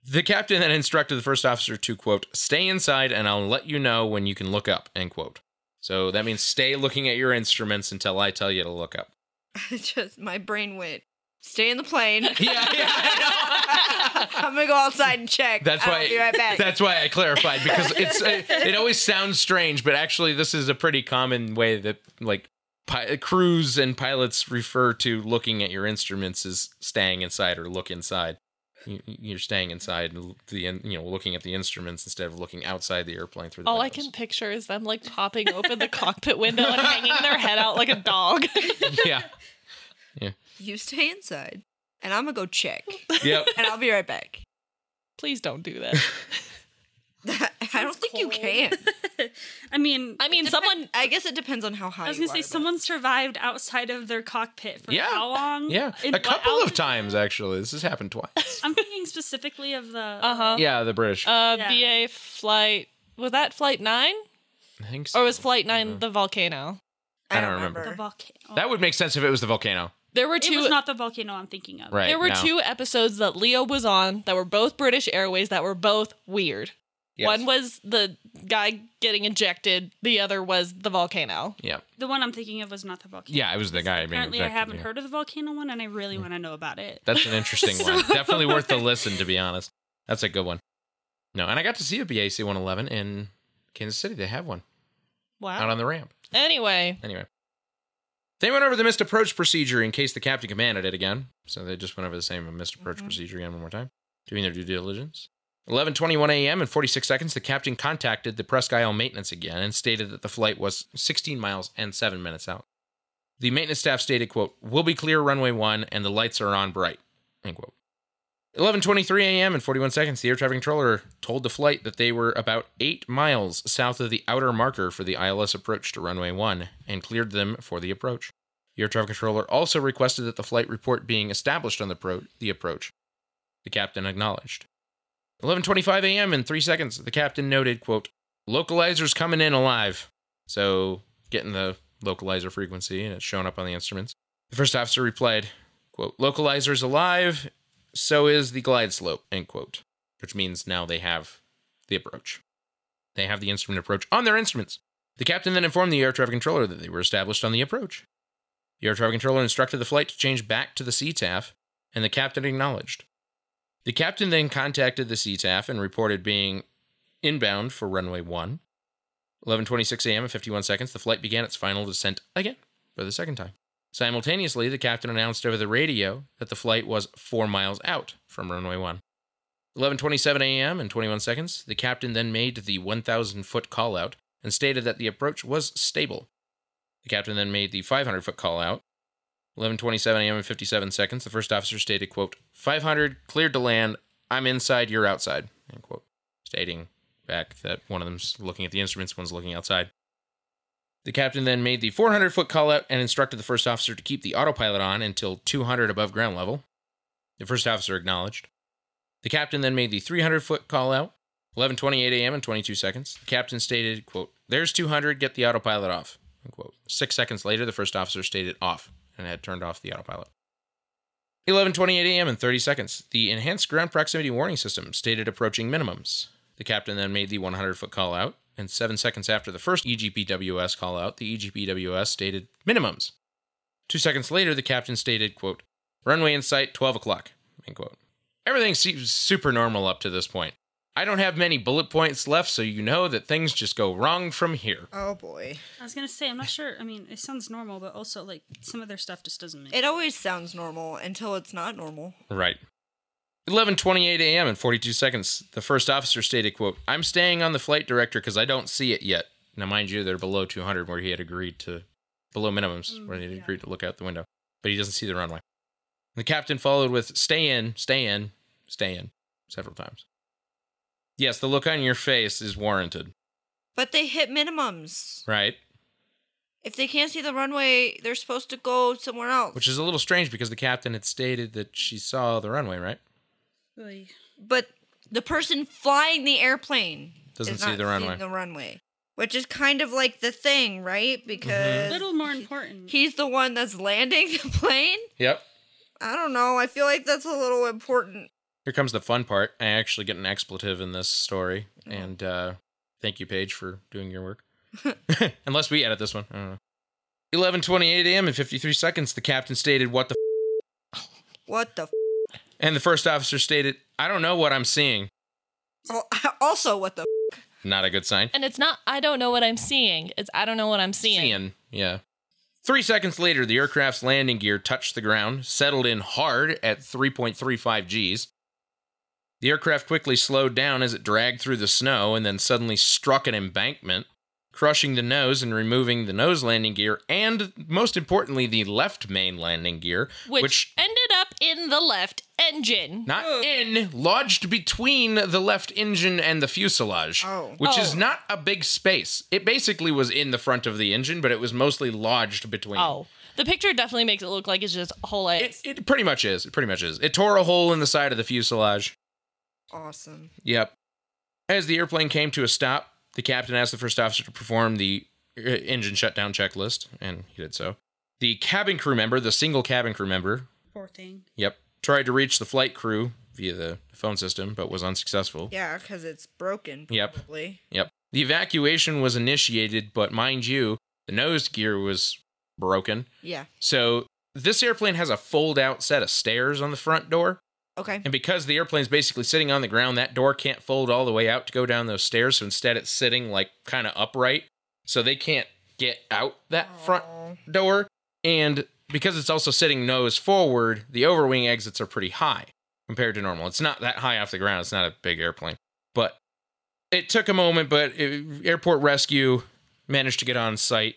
Speaker 2: The captain then instructed the first officer to quote, stay inside and I'll let you know when you can look up, end quote. So that means stay looking at your instruments until I tell you to look up.
Speaker 5: I just my brain went. Stay in the plane.
Speaker 2: Yeah, yeah, I know.
Speaker 5: I'm gonna go outside and check.
Speaker 2: That's
Speaker 5: I'll
Speaker 2: why
Speaker 5: be right back.
Speaker 2: that's why I clarified because it's it, it always sounds strange, but actually this is a pretty common way that like pi- crews and pilots refer to looking at your instruments as staying inside or look inside. You- You're staying inside, and the in- you know looking at the instruments instead of looking outside the airplane through the.
Speaker 3: All I
Speaker 2: windows.
Speaker 3: can picture is them like popping open the cockpit window and hanging their head out like a dog.
Speaker 2: yeah.
Speaker 5: you stay inside, and I'm gonna go check,
Speaker 2: Yep.
Speaker 5: and I'll be right back.
Speaker 3: Please don't do that.
Speaker 5: I don't think you can.
Speaker 4: I mean,
Speaker 3: I mean,
Speaker 5: Depen-
Speaker 3: someone
Speaker 5: I guess it depends on how high.
Speaker 4: I was
Speaker 5: you
Speaker 4: gonna say
Speaker 5: are, but-
Speaker 4: someone survived outside of their cockpit for
Speaker 2: Yeah.
Speaker 4: how long?
Speaker 2: Yeah.
Speaker 4: In
Speaker 2: A
Speaker 4: what
Speaker 2: couple of
Speaker 4: altitude?
Speaker 2: times actually. This has happened twice.
Speaker 4: I'm thinking specifically of the.
Speaker 3: Uh-huh.
Speaker 2: Yeah, the British.
Speaker 3: Uh,
Speaker 4: Yeah.
Speaker 3: BA flight was that flight nine
Speaker 2: I think so.
Speaker 3: or was flight
Speaker 2: Mm-hmm.
Speaker 3: nine the volcano?
Speaker 2: I don't remember.
Speaker 4: The volcano.
Speaker 2: that would make sense if it was the volcano,
Speaker 3: There were
Speaker 4: It
Speaker 3: two.
Speaker 4: was not the volcano I'm thinking of.
Speaker 2: right?
Speaker 3: there were
Speaker 2: no.
Speaker 3: two episodes that Leo was on that were both British Airways that were both weird.
Speaker 2: Yes.
Speaker 3: One was the guy getting ejected. The other was the volcano.
Speaker 2: Yeah.
Speaker 4: The one I'm thinking of was not the volcano.
Speaker 2: Yeah, it was the guy. being
Speaker 4: Apparently, I
Speaker 2: rejected,
Speaker 4: haven't
Speaker 2: yeah. Mm.
Speaker 4: heard of the volcano one, and I really want to know about it.
Speaker 2: That's an interesting one. Definitely worth the listen, to be honest. That's a good one. No, and I got to see a BAC 111 in Kansas City. They have one out
Speaker 3: Wow.
Speaker 2: on the ramp.
Speaker 3: Anyway,
Speaker 2: Anyway, they went over the missed approach procedure in case the captain commanded it again. So they just went over the same missed approach
Speaker 5: Mhm.
Speaker 2: procedure again one more time, doing their due diligence. 11:21 a.m. and 46 seconds, the captain contacted the Presque Isle maintenance again and stated that the flight was 16 miles and seven minutes out. The maintenance staff stated, "quote We'll be clear runway one, and the lights are on bright." End quote. 11:23 a.m. and 41 seconds, the air traffic controller told the flight that they were about 8 miles south of the outer marker for the ILS approach to runway 1 and cleared them for the approach. The air traffic controller also requested that the flight report being established on the, pro- the approach. The captain acknowledged. 11:25 a.m. in 3 seconds, the captain noted, quote, "Localizer's coming in alive." So, getting the localizer frequency and it's showing up on the instruments. The first officer replied, quote, "Localizer's alive so is the glide slope, end quote. Which means now they have the approach. They have the instrument approach on their instruments. The captain then informed the air traffic controller that they were established on the approach. The air traffic controller instructed the flight to change back to the CTAF, and the captain acknowledged. The captain then contacted the CTAF and reported being inbound for runway 1. 11:26 a.m. and 51 seconds, the flight began its final descent again for the second time. Simultaneously, the captain announced over the radio that the flight was four miles out from runway one. 11:27 a.m. and 21 seconds, the captain then made the 1,000-foot call-out and stated that the approach was stable. The captain then made the 500-foot call-out. 11:27 a.m. and 57 seconds, the first officer stated, "Quote: 500 cleared to land. I'm inside. You're outside." End quote, stating back that one of them's looking at the instruments, one's looking outside. The captain then made the 400 foot call out and instructed the first officer to keep the autopilot on until 200 above ground level. The first officer acknowledged. The The captain then made the 300 foot call out, 11:28 a.m. and 22 seconds. The captain stated, "Quote: There's 200. Get the autopilot off." Unquote. Six seconds later, the first officer stated off and had turned off the autopilot. 11:28 a.m. and 30 seconds. The enhanced ground proximity warning system stated approaching minimums. The captain then made the 100 foot call out, and seven seconds after the first E EGPWS call out, the E EGPWS stated minimums. Two seconds later, the captain stated, quote, runway in sight, 12 o'clock, end quote. Everything seems super normal up to this point. I don't have many bullet points left, so you know that things just go wrong from here.
Speaker 5: Oh boy.
Speaker 4: I was gonna say, I'm not sure. I mean, it sounds normal, but also like some of their stuff just doesn't make.
Speaker 5: It always sounds normal until it's not normal.
Speaker 2: Right. 11:28 a.m. and 42 seconds. The first officer stated, "quote I'm staying on the flight director because I don't see it yet." Now, mind you, they're below 200, where he had agreed to below minimums,
Speaker 4: Mm,
Speaker 2: where he had
Speaker 4: yeah.
Speaker 2: agreed to look out the window, but he doesn't see the runway. The captain followed with, "Stay in, stay in, stay in," several times. Yes, the look on your face is warranted,
Speaker 5: But they hit minimums.
Speaker 2: right?
Speaker 5: If they can't see the runway, they're supposed to go somewhere else.
Speaker 2: Which is a little strange because the captain had stated that she saw the runway, right?
Speaker 4: Really.
Speaker 5: but the person flying the airplane
Speaker 2: Doesn't
Speaker 5: is
Speaker 2: see
Speaker 5: not
Speaker 2: the runway.
Speaker 5: seeing the runway, which is kind of like the thing, right?
Speaker 2: Mm-hmm.
Speaker 5: Because
Speaker 4: A little more important.
Speaker 5: he's the one that's landing the plane.
Speaker 2: Yep.
Speaker 5: I don't know. I feel like that's a little important.
Speaker 2: Here comes the fun part. I actually get an expletive in this story,
Speaker 5: Oh.
Speaker 2: and uh, thank you, Paige, for doing your work. Unless we edit this one, I don't know. Eleven twenty-eight a.m. and fifty-three seconds. The captain stated, "What the?" F-?
Speaker 5: What the? F-
Speaker 2: And the first officer stated, "I don't know what I'm seeing."
Speaker 5: Al- also, what the? F-
Speaker 2: Not a good sign.
Speaker 3: And it's not, I don't know what I'm seeing. It's, I don't know what I'm seeing.
Speaker 2: yeah. Three seconds later, the aircraft's landing gear touched the ground, settled in hard at 3.35 Gs. The aircraft quickly slowed down as it dragged through the snow and then suddenly struck an embankment, crushing the nose and removing the nose landing gear and, most importantly, the left main landing gear,
Speaker 3: Which,
Speaker 2: which,
Speaker 3: ended up in the left engine.
Speaker 2: not in, lodged between the left engine and the fuselage,
Speaker 5: Oh.
Speaker 2: which is
Speaker 3: Oh.
Speaker 2: not a big space. It basically was in the front of the engine, but it was mostly lodged between.
Speaker 3: oh. The picture definitely makes it look like it's just a whole ass.
Speaker 2: It, it pretty much is. It pretty much is. It tore a hole in the side of the fuselage.
Speaker 5: awesome.
Speaker 2: Yep. As the airplane came to a stop, the captain asked the first officer to perform the uh, engine shutdown checklist, and he did so. The cabin crew member, the single cabin crew member,
Speaker 4: Poor thing.
Speaker 2: yep, tried to reach the flight crew via the phone system, but was unsuccessful.
Speaker 5: Yeah, because it's broken.
Speaker 2: Yep.
Speaker 5: Probably.
Speaker 2: Yep. The evacuation was initiated, but mind you, the nose gear was broken.
Speaker 5: Yeah.
Speaker 2: So this airplane has a fold out set of stairs on the front door.
Speaker 5: Okay.
Speaker 2: And because the airplane's basically sitting on the ground, that door can't fold all the way out to go down those stairs. So instead, it's sitting like kind of upright. So they can't get out that front
Speaker 5: Aw.
Speaker 2: door. And because it's also sitting nose forward, the overwing exits are pretty high compared to normal. It's not that high off the ground. It's not a big airplane. But it took a moment, but it, airport rescue managed to get on site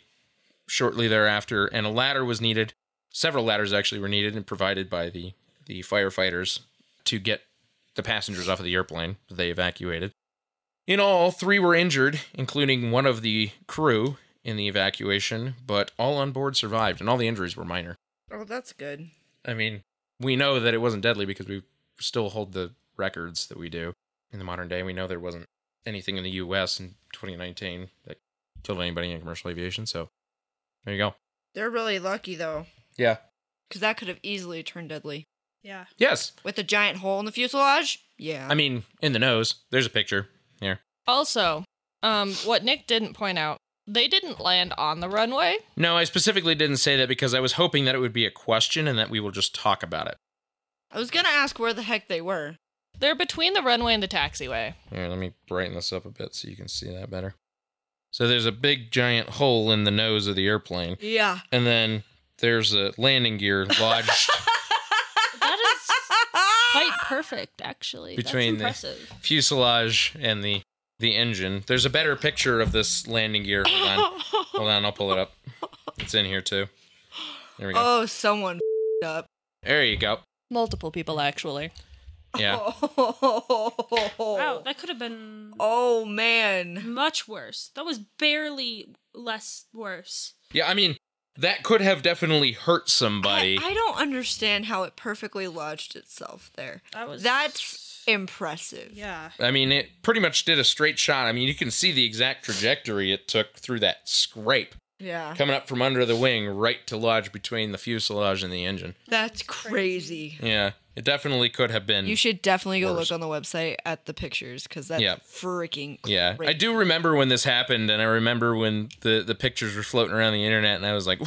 Speaker 2: shortly thereafter, and a ladder was needed. Several ladders actually were needed and provided by the, the firefighters to get the passengers off of the airplane that they evacuated. In all, three were injured, including one of the crew in the evacuation, but all on board survived, and all the injuries were minor.
Speaker 5: Oh, that's good.
Speaker 2: I mean, we know that it wasn't deadly because we still hold the records that we do in the modern day. We know there wasn't anything in the U.S. in 2019 that killed anybody in commercial aviation. So there you go.
Speaker 5: They're really lucky though,
Speaker 2: Yeah.
Speaker 5: because that could have easily turned deadly
Speaker 4: Yeah.
Speaker 2: Yes.
Speaker 5: with a giant hole in the fuselage. Yeah.
Speaker 2: I mean, in the nose. There's a picture.
Speaker 3: Also, um, what Nick didn't point out, they didn't land on the runway.
Speaker 2: No, I specifically didn't say that because I was hoping that it would be a question and that we will just talk about it.
Speaker 5: I was gonna ask where the heck they were.
Speaker 3: They're between the runway and the taxiway.
Speaker 2: Here, let me brighten this up a bit so you can see that better. So there's a big giant hole in the nose of the airplane,
Speaker 5: Yeah.
Speaker 2: and then there's a landing gear lodged
Speaker 3: That is quite perfect, actually.
Speaker 2: Between the-
Speaker 3: That's impressive.
Speaker 2: fuselage and the the engine. There's a better picture of this landing gear. Hold on, hold on, I'll pull it up. It's in here too. There we go.
Speaker 5: Oh, someone f***ed up.
Speaker 2: There you go.
Speaker 3: Multiple people, actually.
Speaker 2: Yeah.
Speaker 4: Wow,
Speaker 5: Oh,
Speaker 4: that could have been
Speaker 2: Mm,
Speaker 5: man.
Speaker 4: much worse. That was barely less worse.
Speaker 2: Yeah, I mean, that could have definitely hurt
Speaker 5: I,
Speaker 2: somebody.
Speaker 5: I don't understand how it perfectly lodged itself there.
Speaker 4: That was
Speaker 5: That's impressive.
Speaker 4: Yeah.
Speaker 2: I mean, it pretty much did a straight shot. I mean, you can see the exact trajectory it took through that scrape
Speaker 5: Yeah.
Speaker 2: coming up from under the wing right to lodge between the fuselage and the engine.
Speaker 5: That's crazy.
Speaker 2: Yeah, it definitely could have been.
Speaker 5: You should definitely go
Speaker 2: Mm. Worse.
Speaker 5: look on the website at the pictures because that's
Speaker 2: Yeah.
Speaker 5: freaking
Speaker 2: yeah, I
Speaker 5: crazy.
Speaker 2: do remember when this happened, and I remember when the, the pictures were floating around the internet, and I was like,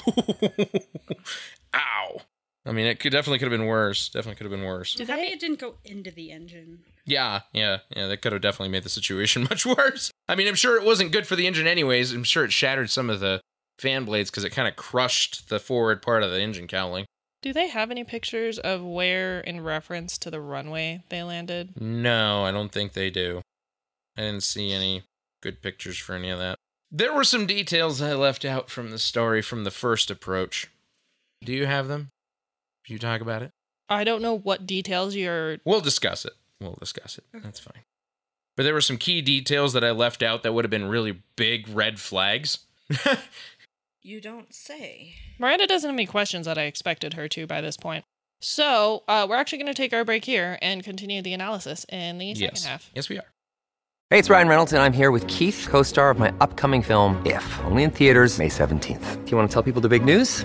Speaker 2: ow. I mean, it could definitely could have been worse. Definitely could have been worse.
Speaker 4: I'm happy it didn't go into the engine.
Speaker 2: Yeah, yeah, yeah. That could have definitely made the situation much worse. I mean, I'm sure it wasn't good for the engine, anyways. I'm sure it shattered some of the fan blades because it kind of crushed the forward part of the engine cowling.
Speaker 3: Do they have any pictures of where, in reference to the runway, they landed?
Speaker 2: No, I don't think they do. I didn't see any good pictures for any of that. There were some details I left out from the story from the first approach. Do you have them? Can you talk about it?
Speaker 3: I don't know what details you're.
Speaker 2: We'll discuss it. We'll discuss it. That's fine. But there were some key details that I left out that would have been really big red flags.
Speaker 5: You don't say.
Speaker 3: Miranda doesn't have any questions that I expected her to by this point. So uh, we're actually going to take our break here and continue the analysis in the second half.
Speaker 2: Yes, we are.
Speaker 6: Hey, it's Ryan Reynolds, and I'm here with Keith, co star of my upcoming film, If, only in theaters, May 17th. Do you want to tell people the big news?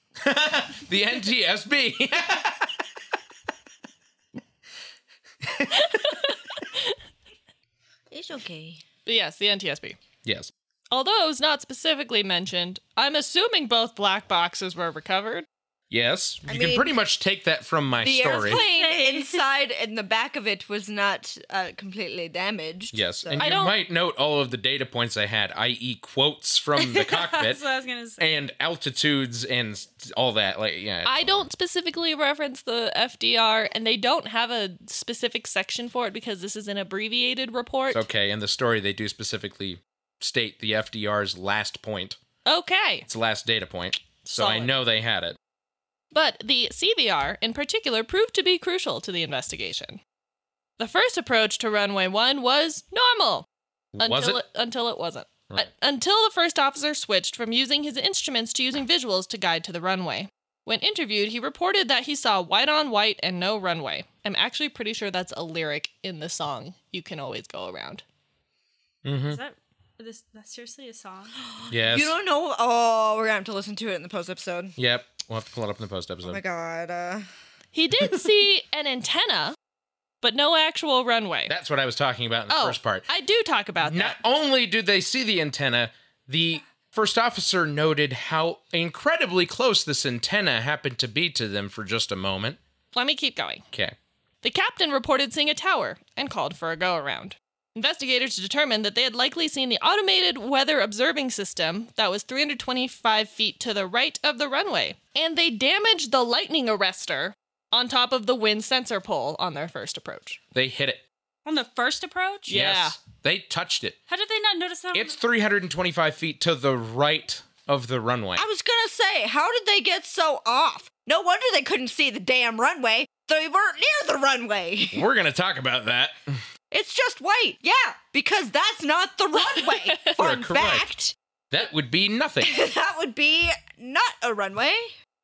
Speaker 2: The NTSB.
Speaker 5: It's okay.
Speaker 3: Yes, the NTSB.
Speaker 2: yes.
Speaker 3: Although it was not specifically mentioned, I'm assuming both black boxes were recovered.
Speaker 2: Yes. You
Speaker 5: I
Speaker 2: can
Speaker 5: mean,
Speaker 2: pretty much take that from my
Speaker 5: The
Speaker 2: story.
Speaker 5: airplane inside and the back of it was not uh, completely damaged.
Speaker 2: Yes.
Speaker 5: so-
Speaker 2: And
Speaker 3: I
Speaker 2: you
Speaker 3: don't-
Speaker 2: might note all of the data points I had, i.e., quotes from the cockpit
Speaker 4: That's what I was gonna say.
Speaker 2: and altitudes and s- all that. Like, yeah.
Speaker 3: I don't specifically reference the FDR, and they don't have a specific section for it because this is an abbreviated report.
Speaker 2: It's okay. In the story, they do specifically state the FDR's last point,
Speaker 3: Okay.
Speaker 2: its last data point. So I
Speaker 3: Solid.
Speaker 2: know they had it.
Speaker 3: But the CVR, in particular, proved to be crucial to the investigation. The first approach to runway one was normal.
Speaker 2: Was
Speaker 3: until
Speaker 2: it?
Speaker 3: until it wasn't.
Speaker 2: Right.
Speaker 3: Uh, until the first officer switched from using his instruments to using visuals to guide to the runway. When interviewed, he reported that he saw white on white and no runway. I'm actually pretty sure that's a lyric in the song You Can Always Go Around.
Speaker 2: Mm-hmm.
Speaker 4: Is that this? That's seriously a song.
Speaker 2: Yes.
Speaker 5: You don't know. Oh, we're gonna have to listen to it in the post episode.
Speaker 2: Yep. We'll have to pull it up in the post episode.
Speaker 5: Oh my god. Uh,
Speaker 3: He did see an antenna, but no actual runway.
Speaker 2: That's what I was talking about in the
Speaker 3: oh,
Speaker 2: first part.
Speaker 3: I do talk about
Speaker 2: Not
Speaker 3: that.
Speaker 2: only did they see the antenna, the first officer noted how incredibly close this antenna happened to be to them for just a moment.
Speaker 3: Let me keep going.
Speaker 2: Okay.
Speaker 3: The captain reported seeing a tower and called for a go around. Investigators determined that they had likely seen the automated weather observing system that was 325 feet to the right of the runway, and they damaged the lightning arrestor on top of the wind sensor pole on their first approach.
Speaker 2: They hit it.
Speaker 4: On the first approach.
Speaker 3: Yeah.
Speaker 2: Yes. They touched it.
Speaker 4: How did they not notice that? on
Speaker 2: It's
Speaker 4: the-
Speaker 2: 325 feet to the right of the runway.
Speaker 5: I was gonna say, how did they get so off? No wonder they couldn't see the damn runway. They weren't near the runway.
Speaker 2: We're going to talk about that.
Speaker 5: It's just white. Yeah, because that's not the runway. Fun
Speaker 2: correct.
Speaker 5: fact.
Speaker 2: That would be nothing.
Speaker 5: That would be not a runway.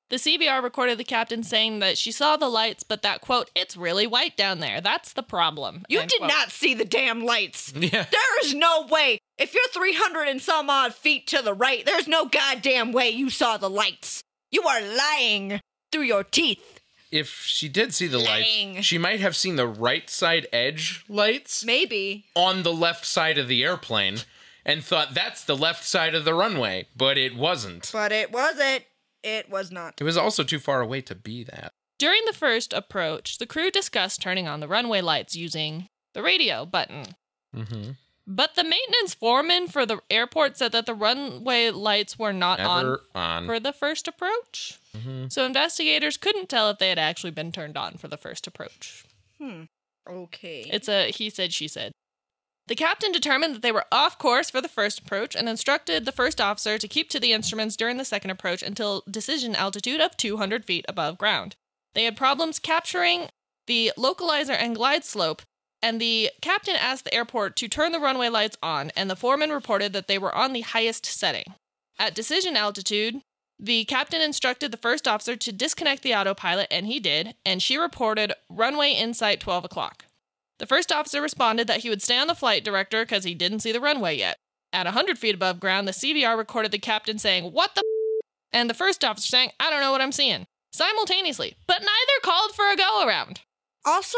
Speaker 3: The CBR recorded the captain saying that she saw the lights, but that quote, it's really white down there. That's the problem.
Speaker 5: You
Speaker 3: end
Speaker 5: did
Speaker 3: quote.
Speaker 5: not see the damn lights.
Speaker 2: yeah.
Speaker 5: There is no way. If you're 300 and some odd feet to the right, there's no goddamn way you saw the lights. You are lying through your teeth.
Speaker 2: If she did see the
Speaker 5: Lying.
Speaker 2: lights, she might have seen the right side edge lights
Speaker 5: Maybe.
Speaker 2: on the left side of the airplane and thought that's the left side of the runway, but it wasn't.
Speaker 5: But it wasn't. It was not.
Speaker 2: It was also too far away to be that.
Speaker 3: During the first approach, the crew discussed turning on the runway lights using the radio button.
Speaker 2: Mm-hmm.
Speaker 3: But the maintenance foreman for the airport said that the runway lights were not
Speaker 2: Ever on.
Speaker 3: on for the first approach. So investigators couldn't tell if they had actually been turned on for the first approach.
Speaker 5: Okay.
Speaker 3: It's a he said, she said. The captain determined that they were off course for the first approach and instructed the first officer to keep to the instruments during the second approach until decision altitude of 200 feet above ground. They had problems capturing the localizer and glide slope, and the captain asked the airport to turn the runway lights on, and the foreman reported that they were on the highest setting. At decision altitude, the captain instructed the first officer to disconnect the autopilot, and he did, and she reported runway insight 12 o'clock. The first officer responded that he would stay on the flight director because he didn't see the runway yet. At 100 feet above ground, the CVR recorded the captain saying, What the? f-?" and the first officer saying, I don't know what I'm seeing, simultaneously, but neither called for a go around.
Speaker 5: also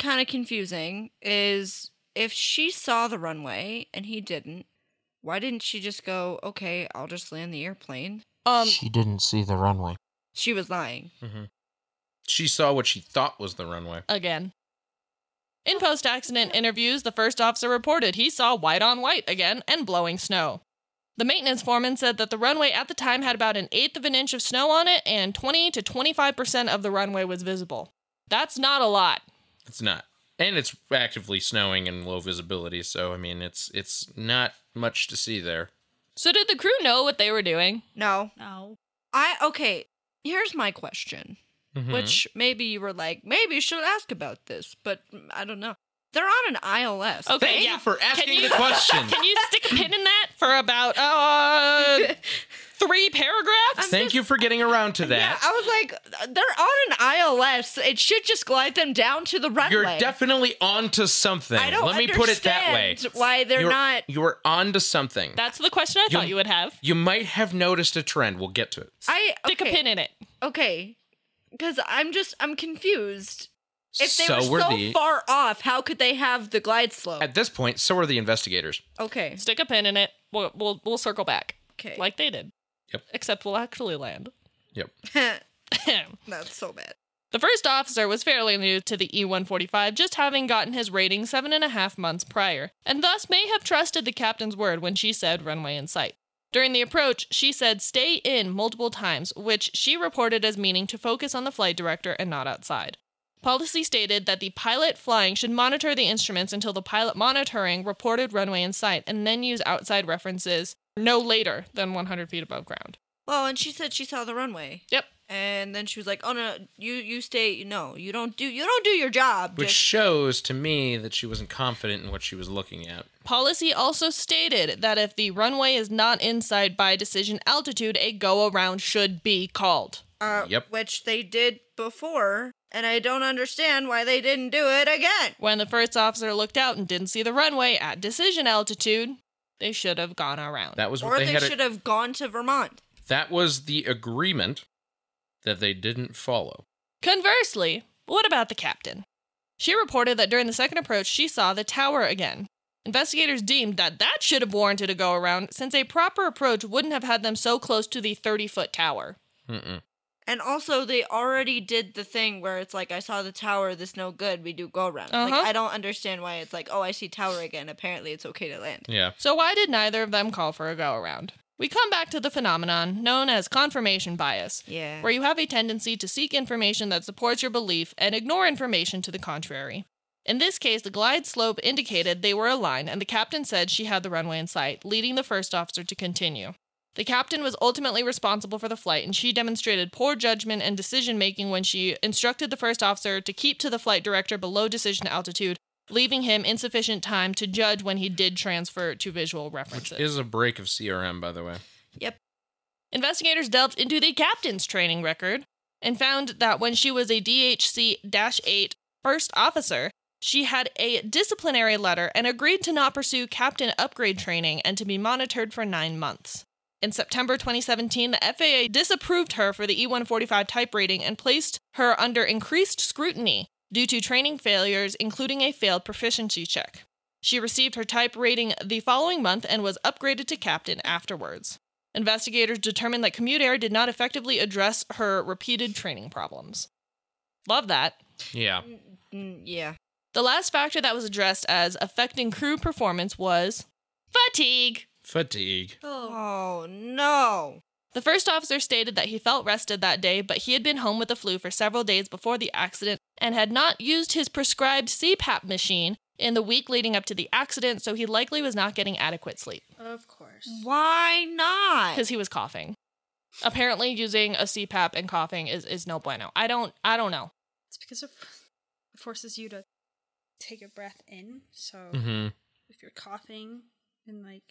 Speaker 5: kind of confusing is if she saw the runway and he didn't, why didn't she just go, okay, I'll just land the airplane?
Speaker 3: Um,
Speaker 2: she didn't see the runway.
Speaker 5: She was lying.
Speaker 2: hmm She saw what she thought was the runway.
Speaker 3: again. In post accident interviews, the first officer reported he saw white on white again and blowing snow. The maintenance foreman said that the runway at the time had about an eighth of an inch of snow on it and 20 to 25% of the runway was visible. That's not a lot.
Speaker 2: It's not, and it's actively snowing and low visibility. So I mean, it's it's not much to see there.
Speaker 3: So, did the crew know what they were doing?
Speaker 5: No.
Speaker 4: No.
Speaker 5: I, okay, here's my question,
Speaker 2: Mhm.
Speaker 5: which maybe you were like, maybe you should ask about this, but mm, I don't know. They're on an ILS.
Speaker 3: Okay,
Speaker 2: Thank
Speaker 3: yeah.
Speaker 2: you for asking the
Speaker 3: you-
Speaker 2: question.
Speaker 3: Can you stick a pin in that for about uh, three paragraphs?
Speaker 2: Thank you for getting around to
Speaker 5: Yeah,
Speaker 2: that.
Speaker 5: I was like, they're on an ILS. It should just glide them down to the runway.
Speaker 2: You're definitely onto something.
Speaker 5: I don't
Speaker 2: Let me put it that way.
Speaker 5: understand why they're
Speaker 2: you're,
Speaker 5: not-
Speaker 2: You're onto something.
Speaker 3: That's the question I
Speaker 2: You-
Speaker 3: thought you would have.
Speaker 2: you might have noticed a trend. We'll get to it.
Speaker 5: I
Speaker 3: Stick a
Speaker 5: okay.
Speaker 3: pin in it.
Speaker 5: Okay. Because I'm just, I'm confused. If they
Speaker 2: so
Speaker 5: were
Speaker 2: were
Speaker 5: so
Speaker 2: the
Speaker 5: far off, how could they have the glide slope?
Speaker 2: at this point. So are the investigators.
Speaker 5: okay.
Speaker 3: Stick a pin in it. We'll we'll, we'll circle back.
Speaker 5: Okay.
Speaker 3: Like they did.
Speaker 2: Yep.
Speaker 3: Except we'll actually land.
Speaker 2: Yep.
Speaker 3: the
Speaker 5: That's so bad.
Speaker 3: first officer was fairly new to the E 145, just having gotten his rating seven and a half months prior, and thus may have trusted the captain's word when she said runway in sight. During the approach, she said stay in multiple times, which she reported as meaning to focus on the flight director and not outside. Policy stated that the pilot flying should monitor the instruments until the pilot monitoring reported runway in sight and then use outside references no later than 100 feet above ground.
Speaker 5: Well, and she said she saw the runway.
Speaker 3: Yep.
Speaker 5: And then she was like, "Oh no, you you stay. No, you don't do you don't do your job."
Speaker 2: Which
Speaker 5: Just-
Speaker 2: shows to me that she wasn't confident in what she was looking at.
Speaker 3: Policy also stated that if the runway is not inside by decision altitude, a go around should be called.
Speaker 5: uh,
Speaker 2: Yep.
Speaker 5: Which they did before, and I don't understand why they didn't do it again.
Speaker 3: When the first officer looked out and didn't see the runway at decision altitude, they should have gone around.
Speaker 2: That was what
Speaker 5: Or
Speaker 2: they,
Speaker 5: they,
Speaker 2: had.
Speaker 5: should
Speaker 2: a,
Speaker 5: have gone to Vermont.
Speaker 2: that was the agreement that they didn't follow.
Speaker 3: Conversely, what about the captain? She reported that during the second approach, she saw the tower again. Investigators deemed that that should have warranted a go around since a proper approach wouldn't have had them so close to the 30 foot tower.
Speaker 2: Mm-mm.
Speaker 5: And also, they already did the thing where it's like, I saw the tower, this no good, we do go around.
Speaker 3: Uh-huh.
Speaker 5: Like, I don't understand why it's like, oh, I see tower again, apparently it's okay to land.
Speaker 2: Yeah.
Speaker 3: So, why did neither of them call for a go around? We come back to the phenomenon known as confirmation bias,
Speaker 5: Yeah.
Speaker 3: where you have a tendency to seek information that supports your belief and ignore information to the contrary. In this case, the glide slope indicated they were aligned, and the captain said she had the runway in sight, leading the first officer to continue. The captain was ultimately responsible for the flight, and she demonstrated poor judgment and decision making when she instructed the first officer to keep to the flight director below decision altitude, leaving him insufficient time to judge when he did transfer to visual references.
Speaker 2: Is a break of CRM, by the way.
Speaker 5: Yep.
Speaker 3: Investigators delved into the captain's training record and found that when she was a DHC 8 first officer, she had a disciplinary letter and agreed to not pursue captain upgrade training and to be monitored for nine months. In September 2017, the FAA disapproved her for the E 145 type rating and placed her under increased scrutiny due to training failures, including a failed proficiency check. She received her type rating the following month and was upgraded to captain afterwards. Investigators determined that Commute Air did not effectively address her repeated training problems. Love that.
Speaker 2: Yeah.
Speaker 5: Mm, yeah.
Speaker 3: The last factor that was addressed as affecting crew performance was fatigue.
Speaker 2: Fatigue.
Speaker 5: Oh, no.
Speaker 3: The first officer stated that he felt rested that day, but he had been home with the flu for several days before the accident and had not used his prescribed CPAP machine in the week leading up to the accident, so he likely was not getting adequate sleep
Speaker 4: Of course.
Speaker 5: Why not?
Speaker 3: because he was coughing. Apparently, using a CPAP and coughing is, is no bueno. I don't I don't know.
Speaker 4: It's because it forces you to take a breath in. So
Speaker 2: Mm-hmm.
Speaker 4: if you're coughing and like,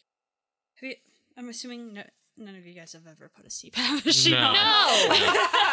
Speaker 4: have you, I'm assuming no, none of you guys have ever put a CPAP machine
Speaker 2: No.
Speaker 4: on.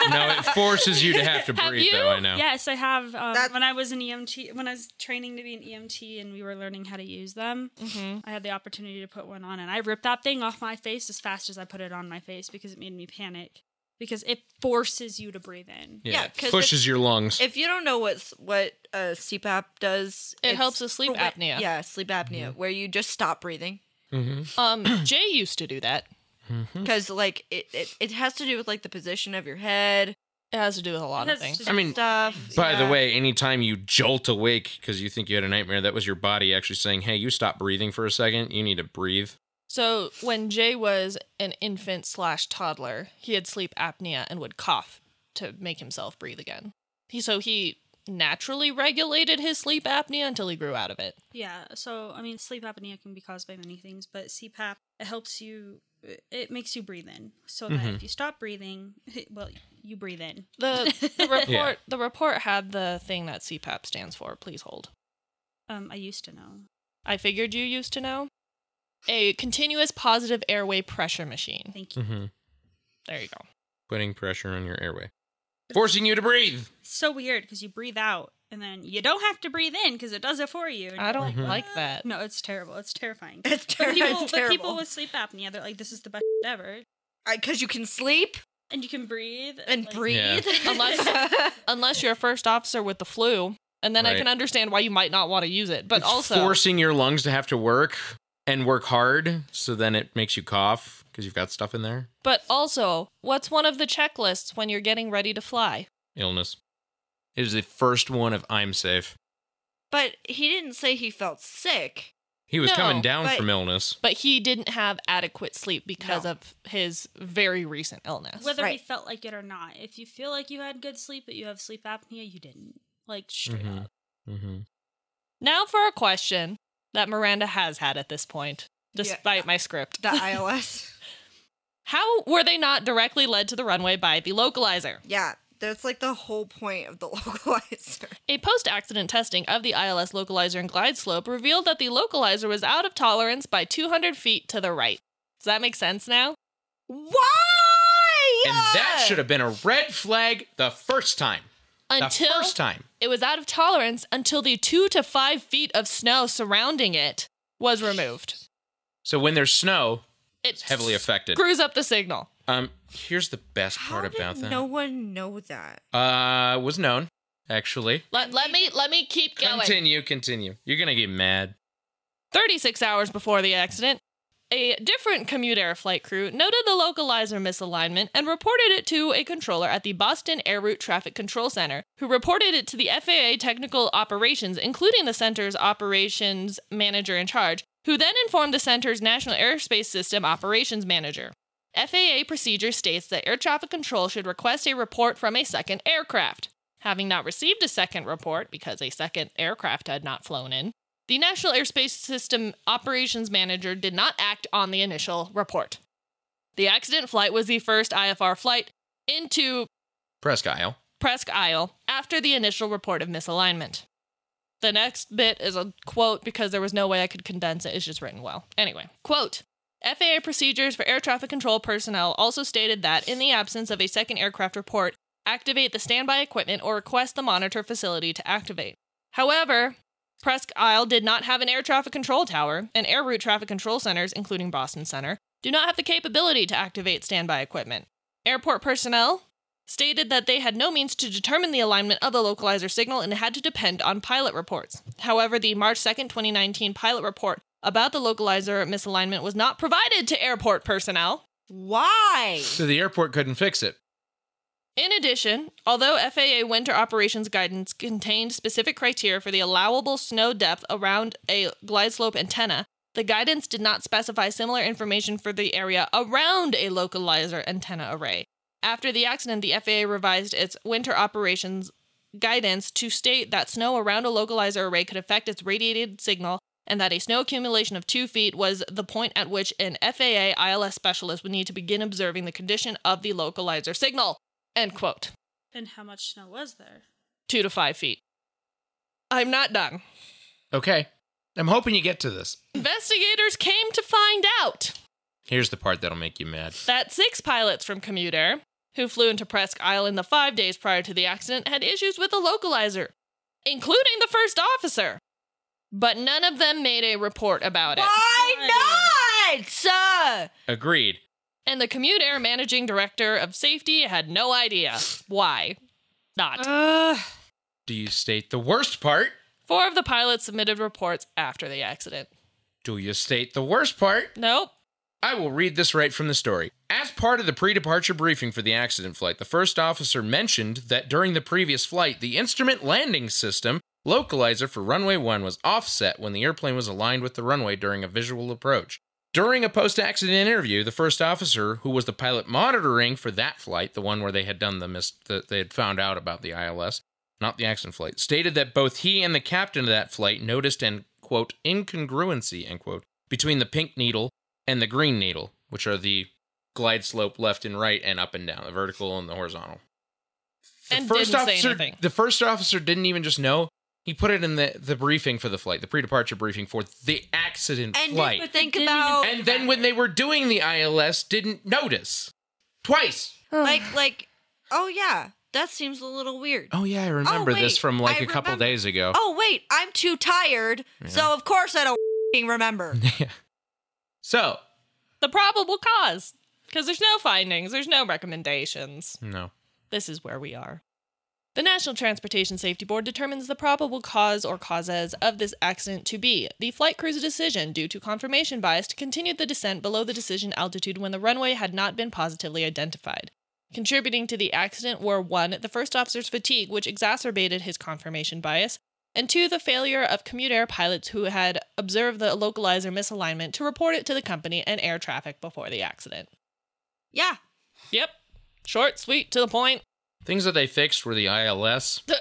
Speaker 2: No, it forces you to have to
Speaker 3: Have
Speaker 2: breathe,
Speaker 3: you?
Speaker 2: though. I know.
Speaker 4: Yes, I have. Um,
Speaker 5: That-
Speaker 4: when I was an EMT, when I was training to be an EMT, and we were learning how to use them,
Speaker 2: Mm.
Speaker 3: Mhm.
Speaker 4: I had the opportunity to put one on, and I ripped that thing off my face as fast as I put it on my face because it made me panic because it forces you to breathe in.
Speaker 2: Yeah,
Speaker 5: Yeah,
Speaker 2: it
Speaker 5: 'cause if-
Speaker 2: pushes your lungs.
Speaker 5: If you don't know what s- what uh, CPAP does,
Speaker 3: It
Speaker 5: it's
Speaker 3: helps with sleep
Speaker 5: for when-
Speaker 3: apnea. Mm-hmm.
Speaker 5: Yeah, sleep apnea, where you just stop breathing
Speaker 2: mm-hmm.
Speaker 3: Um, Jay used to do that. Mm-hmm.
Speaker 5: because like it, it it has to do with like the position of your head.
Speaker 3: It has to do with a lot
Speaker 4: It
Speaker 3: of
Speaker 4: has
Speaker 3: things.
Speaker 4: to
Speaker 2: I mean,
Speaker 5: stuff.
Speaker 2: By the
Speaker 5: yeah.
Speaker 2: way, anytime you jolt awake because you think you had a nightmare, that was your body actually saying, "Hey, you stop breathing for a second. You need to breathe."
Speaker 3: So when Jay was an infant slash toddler, he had sleep apnea and would cough to make himself breathe again. He so he naturally regulated his sleep apnea until he grew out of it.
Speaker 4: Yeah. So I mean, sleep apnea can be caused by many things, but CPAP it helps you. It makes you breathe in, so that if you stop breathing, well, you breathe in.
Speaker 3: The, the report the report had the thing that CPAP stands for. Please hold.
Speaker 4: Um, I used to know.
Speaker 3: I figured you used to know. A continuous positive airway pressure machine.
Speaker 4: Thank you.
Speaker 2: Mm-hmm.
Speaker 3: There you go.
Speaker 2: Putting pressure on your airway, forcing you to breathe.
Speaker 4: so weird because you breathe out and then you don't have to breathe in because it does it for you. And
Speaker 3: I
Speaker 4: you're
Speaker 3: don't
Speaker 2: Mhm.
Speaker 3: like that.
Speaker 4: No, it's terrible. It's terrifying.
Speaker 5: It's
Speaker 4: But
Speaker 5: ter-
Speaker 4: people,
Speaker 5: it's
Speaker 4: but
Speaker 5: terrible.
Speaker 4: people with sleep apnea, they're like, this is the best ever,
Speaker 5: because you can sleep
Speaker 4: and you can breathe
Speaker 5: and
Speaker 4: like-
Speaker 5: breathe.
Speaker 3: Unless- Unless you're a first officer with the flu, and then I
Speaker 2: Right.
Speaker 3: can understand why you might not want to use it. But
Speaker 2: It's
Speaker 3: also
Speaker 2: forcing your lungs to have to work and work hard, so then it makes you cough because you've got stuff in there.
Speaker 3: But also, what's one of the checklists when you're getting ready to fly?
Speaker 2: Illness. It is the first one of I'm safe.
Speaker 5: but he didn't say he felt sick.
Speaker 2: He was
Speaker 3: No,
Speaker 2: coming down
Speaker 5: but-
Speaker 2: from illness.
Speaker 3: But he didn't have adequate sleep because
Speaker 5: No.
Speaker 3: of his very recent illness.
Speaker 4: Whether he
Speaker 5: Right.
Speaker 4: felt like it or not, if you feel like you had good sleep but you have sleep apnea, you didn't. Like straight
Speaker 2: Mhm.
Speaker 4: up.
Speaker 2: Mm-hmm.
Speaker 3: now for a question that Miranda has had at this point, despite my script.
Speaker 5: The ILS.
Speaker 3: How were they not directly led to the runway by the localizer?
Speaker 5: yeah, that's like the whole point of the localizer.
Speaker 3: A post accident testing of the ILS localizer and glide slope revealed that the localizer was out of tolerance by 200 feet to the right. Does that make sense now?
Speaker 5: Why?
Speaker 2: And that should have been a red flag the first time.
Speaker 3: Until
Speaker 2: the first time.
Speaker 3: It was out of tolerance until the two to five feet of snow surrounding it was removed.
Speaker 2: So when there's snow,
Speaker 3: It's
Speaker 2: heavily affected.
Speaker 3: Screws up the signal.
Speaker 2: Um, here's the best
Speaker 5: How
Speaker 2: part
Speaker 5: did
Speaker 2: about that.
Speaker 5: No one know that.
Speaker 2: Uh, was known actually.
Speaker 3: Let, let me let me keep going.
Speaker 2: Continue, continue. You're gonna get mad.
Speaker 3: 36 hours before the accident, a different commute air flight crew noted the localizer misalignment and reported it to a controller at the Boston Air Route Traffic Control Center, who reported it to the FAA Technical Operations, including the center's operations manager in charge, who then informed the center's National Airspace System Operations Manager. FAA procedure states that air traffic control should request a report from a second aircraft. Having not received a second report because a second aircraft had not flown in, the National Airspace System Operations Manager did not act on the initial report. The accident flight was the first IFR flight into
Speaker 2: Presque Isle.
Speaker 3: Presque Isle after the initial report of misalignment. The next bit is a quote because there was no way I could condense it. It's just written well. Anyway, quote FAA procedures for air traffic control personnel also stated that, in the absence of a second aircraft report, activate the standby equipment or request the monitor facility to activate. However, Presque Isle did not have an air traffic control tower, and air route traffic control centers, including Boston Center, do not have the capability to activate standby equipment. Airport personnel, stated that they had no means to determine the alignment of the localizer signal and had to depend on pilot reports. However, the March 2, 2019 pilot report about the localizer misalignment was not provided to airport personnel.
Speaker 5: Why?
Speaker 2: So the airport couldn't fix it.
Speaker 3: In addition, although FAA winter operations guidance contained specific criteria for the allowable snow depth around a glide slope antenna, The guidance did not specify similar information for the area around a localizer antenna array. After the accident, the FAA revised its winter operations guidance to state that snow around a localizer array could affect its radiated signal and that a snow accumulation of two feet was the point at which an FAA ILS specialist would need to begin observing the condition of the localizer signal. End quote.
Speaker 4: And how much snow was there?
Speaker 3: Two to five feet. I'm not done.
Speaker 2: Okay. I'm hoping you get to this.
Speaker 3: Investigators came to find out
Speaker 2: Here's the part that'll make you mad.
Speaker 3: that six pilots from Commuter, who flew into Presque Isle in the five days prior to the accident, had issues with the localizer, including the first officer. But none of them made a report about it.
Speaker 5: Why not? Uh,
Speaker 2: Agreed.
Speaker 3: And the Commute Air managing director of safety had no idea why not.
Speaker 2: Uh. Do you state the worst part?
Speaker 3: Four of the pilots submitted reports after the accident.
Speaker 2: Do you state the worst part?
Speaker 3: Nope.
Speaker 2: I will read this right from the story. As part of the pre departure briefing for the accident flight, the first officer mentioned that during the previous flight, the instrument landing system localizer for runway 1 was offset when the airplane was aligned with the runway during a visual approach. During a post accident interview, the first officer, who was the pilot monitoring for that flight, the one where they had done the mis- that they had found out about the ILS, not the accident flight, stated that both he and the captain of that flight noticed an quote incongruency end quote between the pink needle and the green needle, which are the glide slope left and right and up and down, the vertical and the horizontal. The
Speaker 3: And
Speaker 2: first
Speaker 3: didn't say
Speaker 2: officer,
Speaker 3: anything.
Speaker 2: the first officer didn't even just know. He put it in the, the briefing for the flight, the pre-departure briefing for the accident
Speaker 5: and
Speaker 2: flight.
Speaker 5: didn't think
Speaker 4: Didn't even
Speaker 5: about
Speaker 2: and then when they were doing the ILS, didn't notice twice.
Speaker 5: like like oh yeah, that seems a little weird.
Speaker 2: Oh yeah, I remember this
Speaker 5: wait,
Speaker 2: from like
Speaker 5: I
Speaker 2: a couple
Speaker 5: remember-
Speaker 2: days ago.
Speaker 5: Oh wait, I'm too tired, so of course I don't f***ing remember.
Speaker 2: Yeah. So
Speaker 3: The probable cause. Because there's no findings, there's no recommendations.
Speaker 2: no.
Speaker 3: This is where we are. The National Transportation Safety Board determines the probable cause or causes of this accident to be the flight crew's decision, due to confirmation bias, to continue the descent below the decision altitude when the runway had not been positively identified. Contributing to the accident were 1. the first officer's fatigue, which exacerbated his confirmation bias, and 2. the failure of commute air pilots who had observed the localizer misalignment to report it to the company and air traffic before the accident.
Speaker 5: Yeah,
Speaker 3: Yep. Short, sweet, to the point.
Speaker 2: Things that they fixed were the ILS.
Speaker 3: Uh,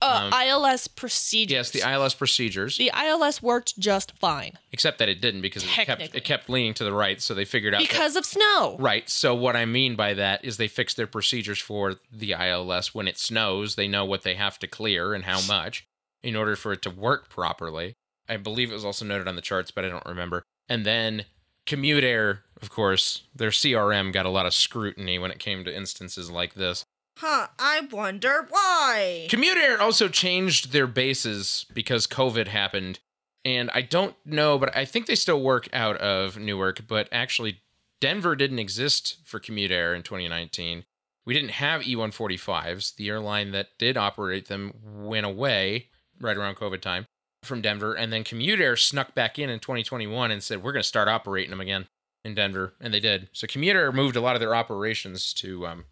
Speaker 2: Um,
Speaker 3: ILS procedures.
Speaker 2: Yes, the ILS procedures.
Speaker 3: The ILS worked just fine
Speaker 2: except that it didn't because it kept
Speaker 3: Technically.
Speaker 2: it kept leaning to the right, so they figured out that-
Speaker 3: because of snow.
Speaker 2: Right. So what I mean by that is they fix their procedures for the ILS. When it snows, they know what they have to clear and how much in order for it to work properly. I believe it was also noted on the charts, but I don't remember. And then Commute Air, of course, their CRM got a lot of scrutiny when it came to instances like this.
Speaker 5: huh? I wonder why.
Speaker 2: Commute Air also changed their bases because COVID happened. And I don't know, but I think they still work out of Newark, but actually, Denver didn't exist for Commute Air in 2019. We didn't have E 145s. The airline that did operate them went away right around COVID time from Denver. And then Commute Air snuck back in in 2021 and said, we're going to start operating them again in Denver. And they did. So Commute Air moved a lot of their operations to um,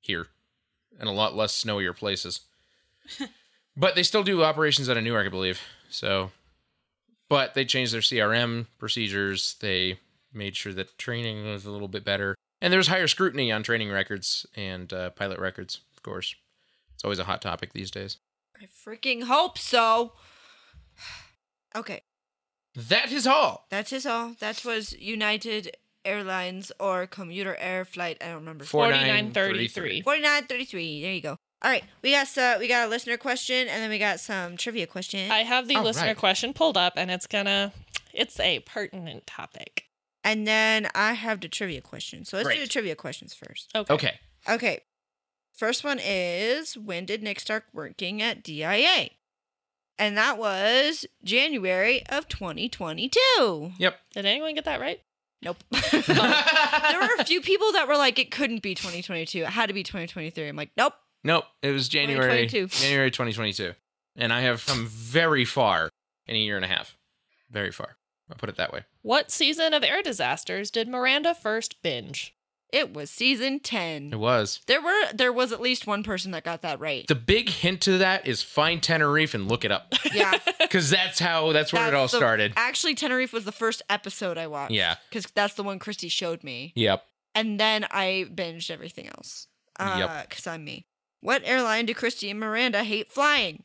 Speaker 2: here and a lot less snowier places. But they still do operations out of Newark, I believe. So, but they changed their CRM procedures. They made sure that training was a little bit better, and there was higher scrutiny on training records and uh, pilot records. Of course, it's always a hot topic these days.
Speaker 5: I freaking hope so. Okay,
Speaker 2: That is all
Speaker 5: that is all. That was United Airlines or Commuter Air Flight. I don't remember.
Speaker 3: 4933.
Speaker 5: 4933. There you go. All right, we got uh, we got a listener question and then we got some trivia question.
Speaker 3: I have the
Speaker 2: All
Speaker 3: listener
Speaker 2: right.
Speaker 3: question pulled up, and it's gonna. It's a pertinent topic.
Speaker 5: and then I have the trivia question. So let's do
Speaker 2: Great.
Speaker 5: the trivia questions first.
Speaker 3: Okay.
Speaker 2: Okay,
Speaker 5: Okay. First one is when did Nick start working at DIA? And that was January of 2022.
Speaker 2: yep.
Speaker 3: Did anyone get that right?
Speaker 5: Nope. there were a few people that were like, it couldn't be 2022. It had to be 2023. I'm like, nope.
Speaker 2: Nope, it was January
Speaker 5: 2022.
Speaker 2: January 2022, and I have come very far in a year and a half. Very far. I'll put it that way.
Speaker 3: What season of air disasters did Miranda first binge?
Speaker 5: It was season 10.
Speaker 2: It was.
Speaker 5: There were there was at least one person that got that right.
Speaker 2: The big hint to that is find Tenerife and look it up
Speaker 5: yeah.
Speaker 2: because that's how that's where
Speaker 5: That's
Speaker 2: it all
Speaker 5: the-
Speaker 2: started.
Speaker 5: Actually, Tenerife was the first episode I watched.
Speaker 2: Yeah.
Speaker 5: Cuz that's the one Christy showed me.
Speaker 2: Yep.
Speaker 5: And then I binged everything else. Uh
Speaker 2: Yep.
Speaker 5: cuz I'm me. What airline do Christy and Miranda hate flying?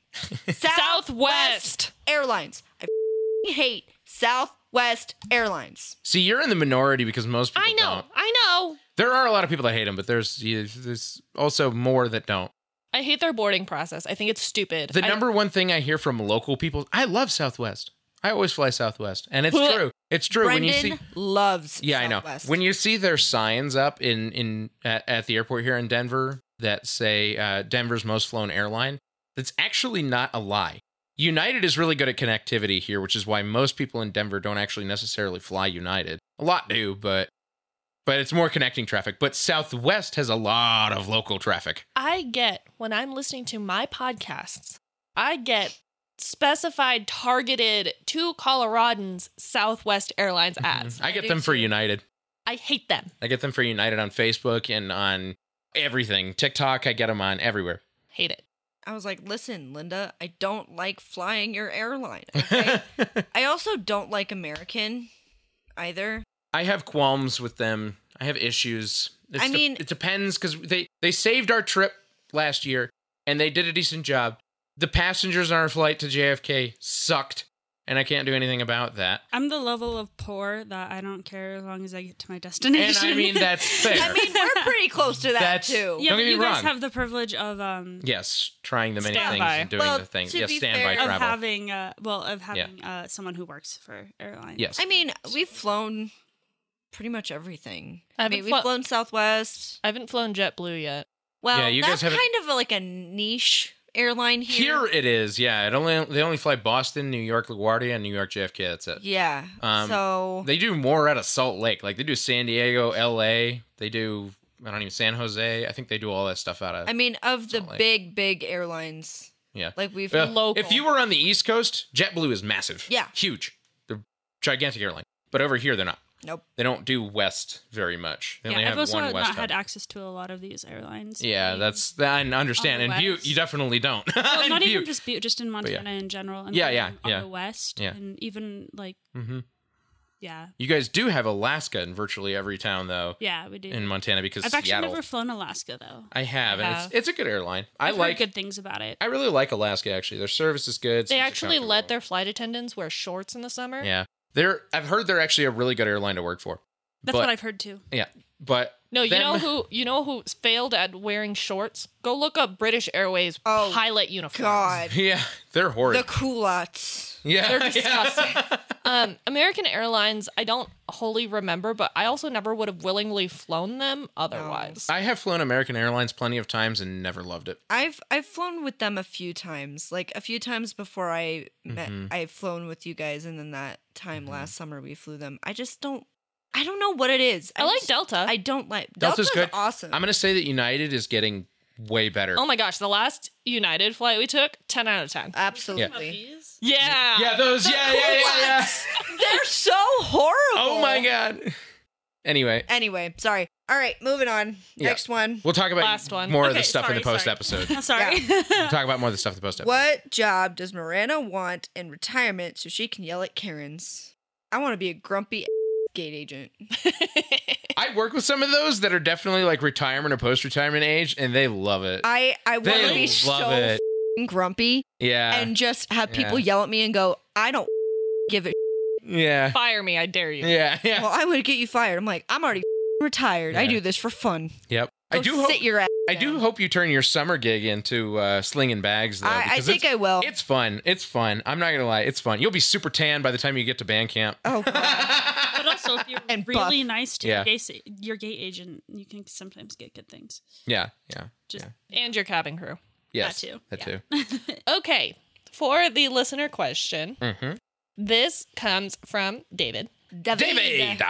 Speaker 3: Southwest.
Speaker 5: Airlines. I f***ing hate Southwest Airlines.
Speaker 2: See, you're in the minority because most people
Speaker 3: I know.
Speaker 2: don't.
Speaker 3: I know.
Speaker 2: There are a lot of people that hate him, but there's you- there's also more that don't.
Speaker 3: I hate their boarding process. I think it's stupid.
Speaker 2: The
Speaker 3: I-
Speaker 2: number one thing I hear from local people, I love Southwest. I always fly Southwest, and it's true. It's true
Speaker 5: Brendan
Speaker 2: when you see.
Speaker 5: loves
Speaker 2: Yeah, I know.
Speaker 5: Southwest.
Speaker 2: When you see their signs up in in at, at the airport here in Denver that say uh, Denver's most flown airline, that's actually not a lie. United is really good at connectivity here, which is why most people in Denver don't actually necessarily fly United. A lot do, but but it's more connecting traffic. But Southwest has a lot of local traffic.
Speaker 3: I get when I'm listening to my podcasts, I get specified targeted to Coloradans Southwest Airlines ads.
Speaker 2: Mm-hmm. I get
Speaker 5: do
Speaker 2: them for
Speaker 5: too.
Speaker 2: United.
Speaker 3: I hate them.
Speaker 2: I get them for United on Facebook and on everything. TikTok, I get them on everywhere.
Speaker 3: Hate it.
Speaker 5: I was like, listen, Linda, I don't like flying your airline. Okay? I also don't like American either.
Speaker 2: I have qualms with them. I have issues.
Speaker 5: I mean-
Speaker 2: it depends because they they saved our trip last year and they did a decent job. The passengers on our flight to JFK sucked, and I can't do anything about that.
Speaker 4: I'm the level of poor that I don't care as long as I get to my
Speaker 2: And
Speaker 4: destination.
Speaker 2: I mean that's fair.
Speaker 5: I mean, we're pretty close to that
Speaker 2: That's-
Speaker 5: too.
Speaker 2: Don't
Speaker 4: yeah, but
Speaker 2: get me
Speaker 4: you guys
Speaker 2: wrong.
Speaker 4: have the privilege of um
Speaker 2: yes, trying the many things
Speaker 3: Standby.
Speaker 2: and doing
Speaker 5: Well,
Speaker 2: the things.
Speaker 5: to
Speaker 2: Yes,
Speaker 5: be
Speaker 2: standby
Speaker 5: fair-
Speaker 4: of
Speaker 2: travel.
Speaker 4: having uh well of having uh someone who works for airlines.
Speaker 2: yes,
Speaker 5: I mean, we've flown pretty much everything.
Speaker 3: I
Speaker 5: I mean,
Speaker 3: haven't
Speaker 5: we've
Speaker 3: flo-
Speaker 5: flown Southwest.
Speaker 3: I haven't flown JetBlue yet.
Speaker 5: Well,
Speaker 2: Yeah, you guys
Speaker 5: that's
Speaker 2: haven't-
Speaker 5: kind of like a niche airline
Speaker 2: here
Speaker 5: here.
Speaker 2: it is. Yeah, it only they only fly Boston, New York LaGuardia, and New York JFK. That's it.
Speaker 5: Yeah.
Speaker 2: Um,
Speaker 5: so
Speaker 2: They do more out of Salt Lake. Like they do San Diego, LA. They do I don't even San Jose. I think they do all that stuff out of.
Speaker 5: I mean, of the
Speaker 2: Salt Lake.
Speaker 5: big, big airlines,
Speaker 2: yeah.
Speaker 5: like we've
Speaker 2: Uh,
Speaker 3: local.
Speaker 2: If you were on the East Coast, JetBlue is massive.
Speaker 5: Yeah.
Speaker 2: Huge. They're gigantic airline. But over here they're not.
Speaker 5: nope.
Speaker 2: They don't do west very much. They
Speaker 4: Yeah,
Speaker 2: only
Speaker 4: I've
Speaker 2: have
Speaker 4: also
Speaker 2: one
Speaker 4: not
Speaker 2: west.
Speaker 4: had
Speaker 2: hub.
Speaker 4: access to a lot of these airlines.
Speaker 2: yeah, that's that I understand.
Speaker 4: On
Speaker 2: And
Speaker 4: the
Speaker 2: Butte,
Speaker 4: west.
Speaker 2: you definitely don't.
Speaker 4: well,
Speaker 2: In
Speaker 4: not even
Speaker 2: Butte.
Speaker 4: just Butte, just in
Speaker 2: yeah.
Speaker 4: Montana in general. And
Speaker 2: Yeah,
Speaker 4: then
Speaker 2: yeah,
Speaker 4: on
Speaker 2: yeah.
Speaker 4: the West,
Speaker 2: Yeah.
Speaker 4: and even like
Speaker 2: Mhm.
Speaker 4: yeah,
Speaker 2: You guys do have Alaska in virtually every town though
Speaker 4: yeah, we do.
Speaker 2: in Montana because
Speaker 4: I've actually
Speaker 2: Seattle.
Speaker 4: never flown Alaska though.
Speaker 2: I have, and
Speaker 3: have.
Speaker 2: it's it's a good airline. I
Speaker 4: I've heard
Speaker 2: like
Speaker 4: good things about it.
Speaker 2: I really like Alaska actually. Their service is good.
Speaker 3: They
Speaker 2: seats are
Speaker 3: actually let
Speaker 2: comfortable.
Speaker 3: their flight attendants wear shorts in the summer.
Speaker 2: Yeah. They're I've heard they're actually a really good airline to work for.
Speaker 4: That's
Speaker 2: but-
Speaker 4: what I've heard too.
Speaker 2: Yeah. But
Speaker 3: No, you
Speaker 2: them-
Speaker 3: know who you know who failed at wearing shorts? Go look up British Airways
Speaker 5: Oh,
Speaker 3: pilot uniforms.
Speaker 5: God,
Speaker 2: Yeah, they're horrid.
Speaker 5: the culottes.
Speaker 2: yeah.
Speaker 3: They're
Speaker 2: yeah.
Speaker 3: disgusting. um, American Airlines, I don't wholly remember, but I also never would have willingly flown them otherwise.
Speaker 2: I have flown American Airlines plenty of times and never loved it.
Speaker 5: I've I've flown with them a few times, like a few times before I met.
Speaker 2: Mm-hmm.
Speaker 5: I've flown with you guys, and then that time last summer we flew them. I just don't. I don't know what it is.
Speaker 3: I like
Speaker 5: just-
Speaker 3: Delta.
Speaker 5: I don't like
Speaker 2: Delta's, good.
Speaker 5: Awesome.
Speaker 2: I'm gonna say that United is getting way better.
Speaker 3: oh my gosh, the last United flight we took, 10 out of 10.
Speaker 5: Uh, Absolutely.
Speaker 3: yeah.
Speaker 2: yeah, those. Yeah, yeah, yeah, yeah.
Speaker 5: They're so horrible.
Speaker 2: Oh my god. Anyway,
Speaker 5: Anyway, sorry. All right, moving on.
Speaker 2: Yeah.
Speaker 5: Next one.
Speaker 2: we'll talk about
Speaker 3: Last one.
Speaker 2: more of
Speaker 3: Okay,
Speaker 2: the stuff in the
Speaker 3: sorry,
Speaker 2: post
Speaker 3: sorry.
Speaker 2: episode.
Speaker 4: I'm sorry.
Speaker 2: We'll talk about more of the stuff in the post episode.
Speaker 5: What job does Miranda want in retirement so she can yell at Karens? I want to be a grumpy gate agent.
Speaker 2: I work with some of those that are definitely like retirement or post retirement age, and they love it.
Speaker 5: I I want
Speaker 2: they
Speaker 5: to be
Speaker 2: love
Speaker 5: so
Speaker 2: it.
Speaker 5: f***ing grumpy.
Speaker 2: Yeah.
Speaker 5: and just have people
Speaker 2: yeah.
Speaker 5: yell at me and go, I don't give a shit.
Speaker 2: yeah.
Speaker 3: Fire me, I dare you.
Speaker 2: Yeah. Yeah.
Speaker 5: Well, I would get you fired. I'm like, I'm already f***ing retired. I
Speaker 2: Yeah.
Speaker 5: do this for fun.
Speaker 2: yep. I
Speaker 5: Go
Speaker 2: do
Speaker 5: sit
Speaker 2: hope
Speaker 5: your ass.
Speaker 2: I do
Speaker 5: down.
Speaker 2: hope you turn your summer gig into uh, slinging bags. Though,
Speaker 5: I, I
Speaker 2: because
Speaker 5: think
Speaker 2: it's-
Speaker 5: I will.
Speaker 2: It's fun. It's fun. I'm not gonna lie. It's fun. You'll be super tan by the time you get to band camp.
Speaker 5: Oh, God.
Speaker 4: but also, if you're
Speaker 5: And buff.
Speaker 4: really nice to
Speaker 2: Yeah.
Speaker 4: your, gay, your gay agent, you can sometimes get good things.
Speaker 2: Yeah. Yeah.
Speaker 4: Just
Speaker 3: And your cabin crew.
Speaker 2: Yes.
Speaker 4: too.
Speaker 2: That
Speaker 4: Yeah.
Speaker 2: too.
Speaker 3: Okay, for the listener question,
Speaker 2: Mhm.
Speaker 3: this comes from David.
Speaker 2: David.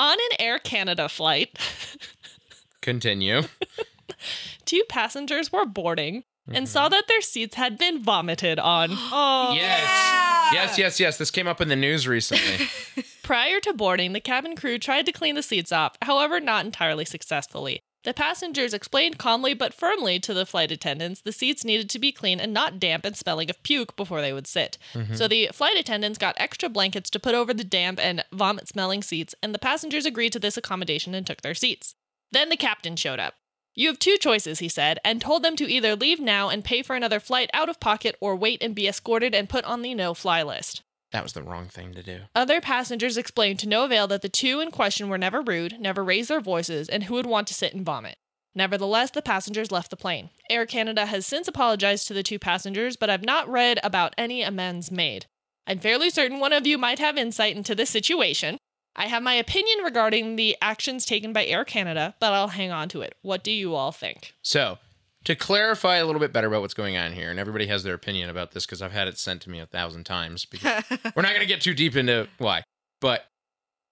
Speaker 3: On an Air Canada flight,
Speaker 2: Continue.
Speaker 3: two passengers were boarding and saw that their seats had been vomited on. Oh,
Speaker 5: Ah.
Speaker 2: yes. Yes. Yes. Yes. This came up in the news recently.
Speaker 3: Prior to boarding, the cabin crew tried to clean the seats off, however, not entirely successfully. The passengers explained calmly but firmly to the flight attendants the seats needed to be clean and not damp and smelling of puke before they would sit. So the flight attendants got extra blankets to put over the damp and vomit smelling seats, and the passengers agreed to this accommodation and took their seats. Then the captain showed up. You have two choices, he said, and told them to either leave now and pay for another flight out of pocket or wait and be escorted and put on the no fly list.
Speaker 2: That was the wrong thing to do.
Speaker 3: Other passengers explained to no avail that the two in question were never rude, never raised their voices, and who would want to sit and vomit. Nevertheless, the passengers left the plane. Air Canada has since apologized to the two passengers, but I've not read about any amends made. I'm fairly certain one of you might have insight into this situation. I have my opinion regarding the actions taken by Air Canada, but I'll hang on to it. What do you all think?
Speaker 2: So, to clarify a little bit better about what's going on here, and everybody has their opinion about this because I've had it sent to me a thousand times. Because we're not going to get too deep into why, but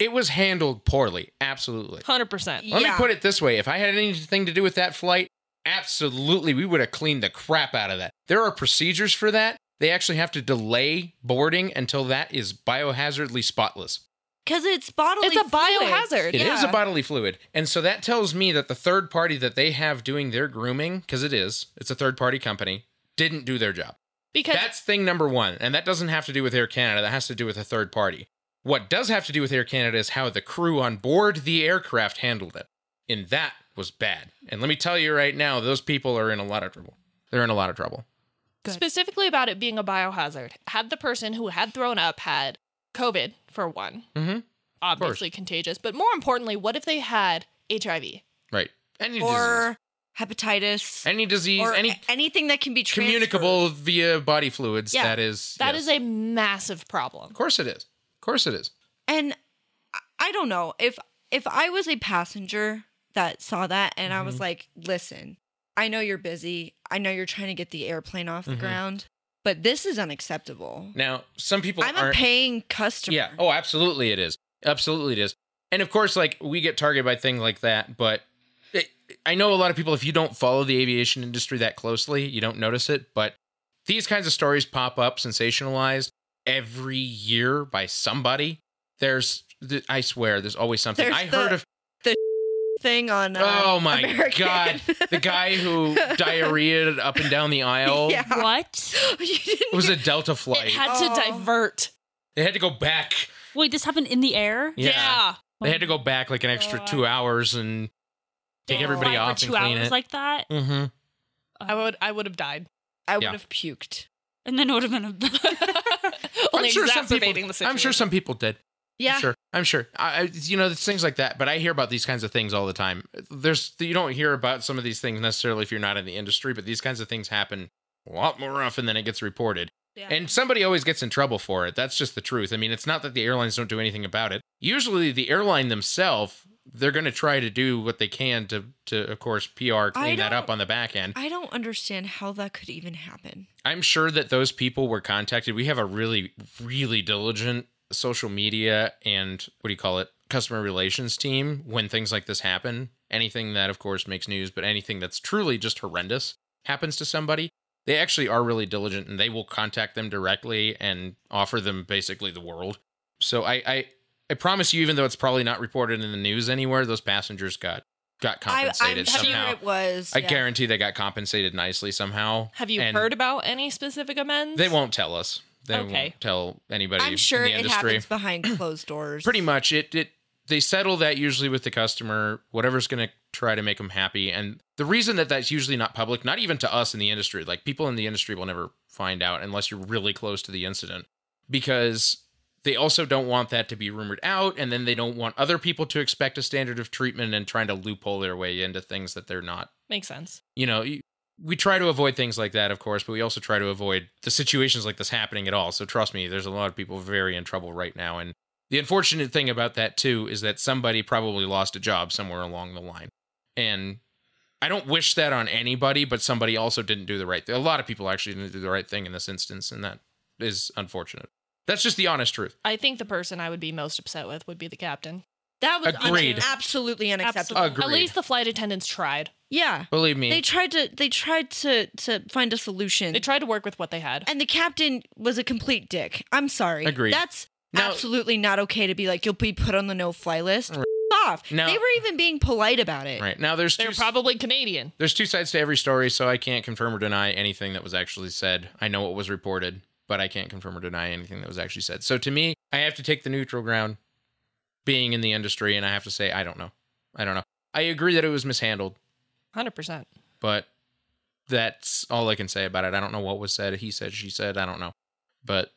Speaker 2: it was handled poorly. Absolutely.
Speaker 3: 100%.
Speaker 2: Let me
Speaker 5: Yeah.
Speaker 2: put it this way: if I had anything to do with that flight, absolutely, we would have cleaned the crap out of that. There are procedures for that. They actually have to delay boarding until that is biohazardly spotless.
Speaker 5: Because it's bodily.
Speaker 3: It's a
Speaker 5: fluids.
Speaker 3: biohazard.
Speaker 2: It is
Speaker 5: Yeah.
Speaker 2: a bodily fluid. And so that tells me that the third party that they have doing their grooming, because it is, it's a third party company, didn't do their job.
Speaker 3: Because
Speaker 2: That's thing number one. And that doesn't have to do with Air Canada. That has to do with a third party. What does have to do with Air Canada is how the crew on board the aircraft handled it. And that was bad. And let me tell you right now, those people are in a lot of trouble. They're in a lot of trouble.
Speaker 3: specifically about it being a biohazard. Had the person who had thrown up had COVID for one,
Speaker 2: Mm-hmm.
Speaker 3: obviously contagious, but more importantly, what if they had HIV?
Speaker 2: Right. Any disease.
Speaker 5: Or hepatitis.
Speaker 2: Any disease,
Speaker 5: or
Speaker 2: any
Speaker 5: a- anything that can be
Speaker 2: communicable via body fluids.
Speaker 5: Yeah.
Speaker 2: That is.
Speaker 3: That
Speaker 2: yes.
Speaker 3: is a massive problem.
Speaker 2: Of course it is. Of course it is.
Speaker 5: transferred. And I- I don't know if if I was a passenger that saw that and I
Speaker 2: Mm-hmm.
Speaker 5: was like, listen, I know you're busy. I know you're trying to get the airplane off the
Speaker 2: Mm-hmm.
Speaker 5: ground, but this is unacceptable.
Speaker 2: Now, some people
Speaker 5: I'm a
Speaker 2: aren't.
Speaker 5: paying customer.
Speaker 2: yeah. Oh, absolutely, it is. Absolutely, it is. And of course, like we get targeted by things like that. But it, I know a lot of people. If you don't follow the aviation industry that closely, you don't notice it. But these kinds of stories pop up, sensationalized every year by somebody. There's, th- I swear, there's always something.
Speaker 5: There's
Speaker 2: I
Speaker 5: the-
Speaker 2: heard of.
Speaker 5: Thing on. Uh,
Speaker 2: oh my
Speaker 5: American.
Speaker 2: god, the guy who diarrheaed up and down the aisle
Speaker 5: Yeah.
Speaker 4: What?
Speaker 5: You didn't
Speaker 2: it was
Speaker 5: hear-
Speaker 2: a Delta flight.
Speaker 3: It had
Speaker 5: Oh.
Speaker 3: to divert.
Speaker 2: they had to go back.
Speaker 4: Wait, this happened in the air?
Speaker 3: Yeah.
Speaker 2: They had to go back like an extra two hours and take
Speaker 4: They
Speaker 2: everybody
Speaker 4: fly
Speaker 2: off
Speaker 4: for
Speaker 2: and
Speaker 4: two
Speaker 2: clean
Speaker 4: hours
Speaker 2: it.
Speaker 4: like that,
Speaker 2: mm-hmm.
Speaker 3: I would I would have died.
Speaker 5: I would
Speaker 2: yeah.
Speaker 5: have puked.
Speaker 4: and then it would have been a.
Speaker 3: Only exacerbating
Speaker 2: people,
Speaker 3: the situation.
Speaker 2: I'm sure some people did.
Speaker 5: Yeah.
Speaker 2: I'm sure. I'm sure. I, I, you know, it's things like that. But I hear about these kinds of things all the time. There's you don't hear about some of these things necessarily if you're not in the industry, but these kinds of things happen a lot more often than it gets reported.
Speaker 4: Yeah.
Speaker 2: And somebody always gets in trouble for it. That's just the truth. I mean, it's not that the airlines don't do anything about it. Usually, the airline themselves, they're going to try to do what they can to, to of course, PR clean that
Speaker 5: don't-
Speaker 2: up on the back end.
Speaker 5: I don't understand how that could even happen.
Speaker 2: I'm sure that those people were contacted. We have a really, really diligent social media and what do you call it? Customer relations team when things like this happen. Anything that, of course, makes news, but anything that's truly just horrendous happens to somebody, they actually are really diligent and they will contact them directly and offer them basically the world. So I, I, I promise you, even though it's probably not reported in the news anywhere, those passengers got got
Speaker 5: I, I'm
Speaker 2: compensated somehow.
Speaker 5: sure it was.
Speaker 2: I
Speaker 5: yeah.
Speaker 2: guarantee they got compensated nicely somehow.
Speaker 3: Have you
Speaker 2: And-
Speaker 3: heard about any specific amends?
Speaker 2: they won't tell us. They
Speaker 3: Okay.
Speaker 2: won't tell anybody
Speaker 5: I'm sure
Speaker 2: in the
Speaker 5: it
Speaker 2: industry.
Speaker 5: happens behind closed doors.
Speaker 2: Pretty much it it they settle that usually with the customer, whatever's going to try to make them happy. And the reason that that's usually not public, not even to us in the industry, like people in the industry will never find out unless you're really close to the incident because they also don't want that to be rumored out and then they don't want other people to expect a standard of treatment and trying to loophole their way into things that they're not
Speaker 3: Makes sense.
Speaker 2: you know, you- we try to avoid things like that, of course, but we also try to avoid the situations like this happening at all. So trust me, there's a lot of people very in trouble right now. And the unfortunate thing about that, too, is that somebody probably lost a job somewhere along the line. And I don't wish that on anybody, but somebody also didn't do the right thing. A lot of people actually didn't do the right thing in this instance, and that is unfortunate. That's just the honest truth.
Speaker 3: I think the person I would be most upset with would be the captain.
Speaker 5: That was
Speaker 2: Agreed.
Speaker 5: un- absolutely unacceptable.
Speaker 2: Absolutely.
Speaker 3: At
Speaker 2: Agreed.
Speaker 3: least the flight attendants tried.
Speaker 5: Yeah.
Speaker 2: Believe me.
Speaker 5: They tried to they tried to to find a solution.
Speaker 3: They tried to work with what they had.
Speaker 5: and the captain was a complete dick. I'm sorry.
Speaker 2: Agreed.
Speaker 5: That's
Speaker 2: Now-
Speaker 5: absolutely not okay to be like, you'll be put on the no fly list. F- Off.
Speaker 2: Now-
Speaker 5: they were even being polite about it.
Speaker 2: Right. Now there's
Speaker 3: They're
Speaker 2: two
Speaker 3: probably Canadian.
Speaker 2: there's two sides to every story, so I can't confirm or deny anything that was actually said. I know what was reported, but I can't confirm or deny anything that was actually said. So to me, I have to take the neutral ground being in the industry and I have to say I don't know. I don't know. I agree that it was mishandled,
Speaker 3: 100%.
Speaker 2: but that's all I can say about it. I don't know what was said. He said, she said, I don't know. But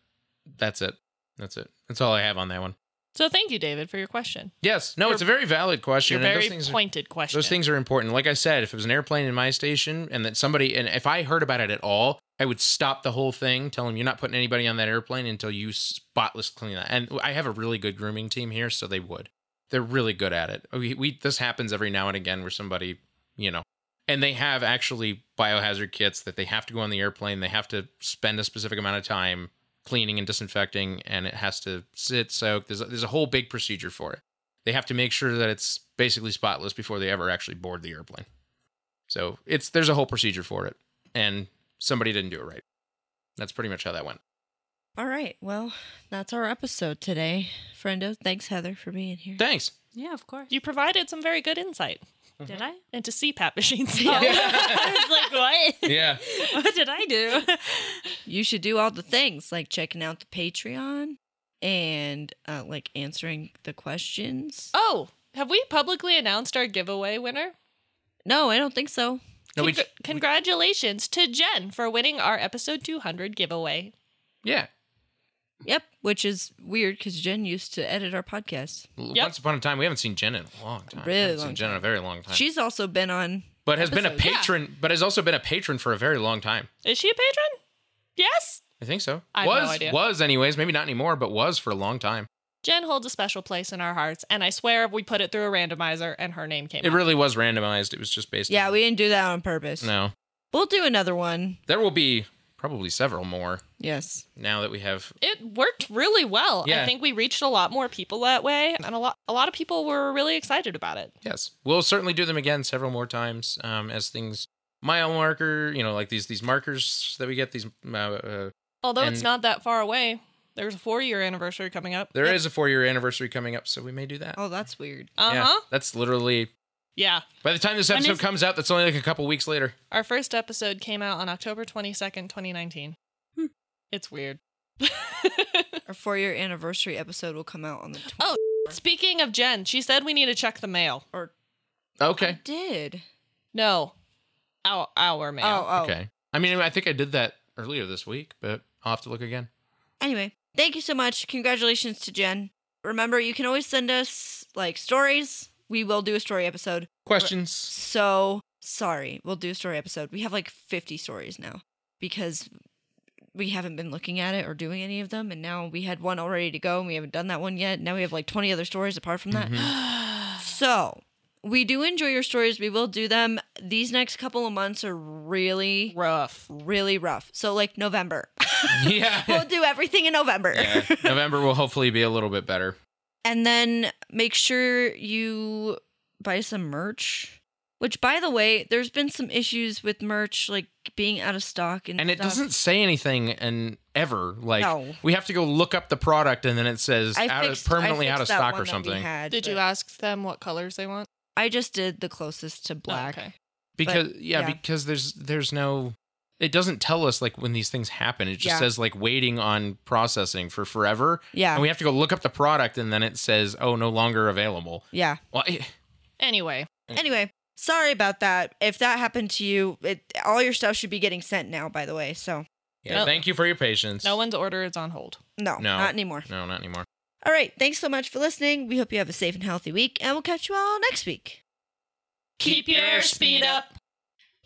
Speaker 2: that's it. That's it. That's all I have on that one.
Speaker 3: So thank you, David, for your question.
Speaker 2: Yes. No,
Speaker 3: Your-
Speaker 2: it's a very valid question.
Speaker 3: Your
Speaker 2: and
Speaker 3: very
Speaker 2: those things are-
Speaker 3: pointed question.
Speaker 2: Those things are important. Like I said, if it was an airplane in my station and that somebody, and if I heard about it at all, I would stop the whole thing, tell them you're not putting anybody on that airplane until you spotless clean that. And I have a really good grooming team here, so they would. They're really good at it. We, we this happens every now and again where somebody, you know, and they have actually biohazard kits that they have to go on the airplane. They have to spend a specific amount of time cleaning and disinfecting, and it has to sit soak. There's a, there's a whole big procedure for it they have to make sure that it's basically spotless before they ever actually board the airplane. So it's there's a whole procedure for it, and somebody didn't do it right. That's pretty much how that went.
Speaker 5: All right. Well, that's our episode today. Friendo, thanks, Heather, for being here.
Speaker 2: Thanks.
Speaker 4: Yeah, of course.
Speaker 3: you provided some very good insight
Speaker 2: Mm-hmm.
Speaker 4: Did I?
Speaker 3: into CPAP machines.
Speaker 4: I was like,
Speaker 2: Yeah.
Speaker 4: what? What did I do?
Speaker 5: you should do all the things like checking out the Patreon and uh, like answering the questions.
Speaker 2: Uh
Speaker 3: oh, have we publicly announced our giveaway winner?
Speaker 5: No, I don't think so.
Speaker 2: No, we
Speaker 3: Congr- Congratulations to Jen for winning our episode 200 giveaway.
Speaker 2: yeah.
Speaker 5: Yep, which is weird because Jen used to edit our podcast.
Speaker 2: L-
Speaker 3: Yep.
Speaker 2: Once upon a time, we haven't seen Jen in a long time.
Speaker 5: Really
Speaker 2: haven't seen
Speaker 5: long
Speaker 2: Jen in a very long time.
Speaker 5: She's also been on.
Speaker 2: but has been a
Speaker 5: episodes.
Speaker 2: patron. But has also been a patron for a very long time.
Speaker 3: Is she a patron? Yes.
Speaker 2: I think so.
Speaker 3: I have
Speaker 2: was
Speaker 3: no idea.
Speaker 2: was anyways. Maybe not anymore, but was for a long time.
Speaker 3: Jen holds a special place in our hearts, and I swear we put it through a randomizer and her name came
Speaker 2: It
Speaker 3: up.
Speaker 2: really was randomized. It was just based.
Speaker 5: Yeah,
Speaker 2: on-
Speaker 5: we didn't do that on purpose.
Speaker 2: No,
Speaker 5: We'll do another one.
Speaker 2: there will be probably several more
Speaker 5: Yes.
Speaker 2: now that we have.
Speaker 3: it worked really well.
Speaker 2: Yeah.
Speaker 3: I think we reached a lot more people that way, and a lot a lot of people were really excited about it.
Speaker 2: Yes, we'll certainly do them again several more times um, as things mile marker, you know, like these these markers that we get. These uh, uh,
Speaker 3: Although it's
Speaker 2: And-
Speaker 3: not that far away, there's a four year anniversary coming up.
Speaker 2: there is a four year anniversary coming up, so we may do that.
Speaker 5: Oh, that's weird.
Speaker 3: Uh
Speaker 2: Yeah,
Speaker 3: huh.
Speaker 2: that's literally
Speaker 3: Yeah.
Speaker 2: by the time this
Speaker 4: When
Speaker 2: episode
Speaker 4: is-
Speaker 2: comes out. That's only like a couple weeks later.
Speaker 3: Our first episode came out on October twenty second, twenty nineteen.
Speaker 4: Hmm.
Speaker 3: It's weird.
Speaker 5: Our four year anniversary episode will come out on the 20th.
Speaker 3: Oh, Speaking of Jen, she said we need to check the mail.
Speaker 5: or I
Speaker 2: Okay,
Speaker 5: did.
Speaker 3: No, our our mail.
Speaker 5: Oh, oh.
Speaker 2: okay. I mean, I think I did that earlier this week, but I'll have to look again.
Speaker 5: Anyway, thank you so much. Congratulations to Jen. Remember, you can always send us like stories. We will do a story episode.
Speaker 2: Questions?
Speaker 5: So sorry. We'll do a story episode. We have like 50 stories now because we haven't been looking at it or doing any of them. And now we had one already to go and we haven't done that one yet. Now we have like 20 other stories apart from
Speaker 3: Mm-hmm.
Speaker 5: that.
Speaker 3: uh,
Speaker 5: so we do enjoy your stories. We will do them. These next couple of months are really,
Speaker 3: Rough.
Speaker 5: really rough. So, like November,
Speaker 2: yeah.
Speaker 5: we'll do everything in November.
Speaker 2: yeah. November will hopefully be a little bit better.
Speaker 5: And then make sure you buy some merch. Which, by the way, there's been some issues with merch, like being out of stock and
Speaker 2: And it
Speaker 5: stuff.
Speaker 2: doesn't say anything and ever like
Speaker 5: No.
Speaker 2: we have to go look up the product and then it says out of,
Speaker 5: fixed-
Speaker 2: permanently
Speaker 5: I
Speaker 2: out of
Speaker 5: fixed that
Speaker 2: stock
Speaker 5: one
Speaker 2: or
Speaker 5: that we
Speaker 2: something.
Speaker 5: had,
Speaker 3: Did you
Speaker 5: but
Speaker 3: ask them what colors they want? Oh,
Speaker 5: I just did the closest to
Speaker 2: Oh,
Speaker 5: black.
Speaker 3: okay.
Speaker 2: because
Speaker 5: But,
Speaker 2: yeah,
Speaker 5: yeah.
Speaker 2: because there's there's no it doesn't tell us like when these things happen it just
Speaker 5: Yeah.
Speaker 2: says like waiting on processing for forever
Speaker 5: Yeah.
Speaker 2: and we have to go look up the product and then it says oh no longer available
Speaker 5: Yeah.
Speaker 2: well, eh,
Speaker 3: Anyway,
Speaker 5: Anyway, sorry about that. If that happened to you, it, all your stuff should be getting sent now. By the way, so
Speaker 2: yeah,
Speaker 3: No.
Speaker 2: thank you for your patience
Speaker 3: no one's order is on hold.
Speaker 5: no,
Speaker 2: No.
Speaker 5: not anymore.
Speaker 2: no not anymore
Speaker 5: All right. Thanks so much for listening. We hope you have a safe and healthy week, and we'll catch you all next week.
Speaker 3: Keep your speed up.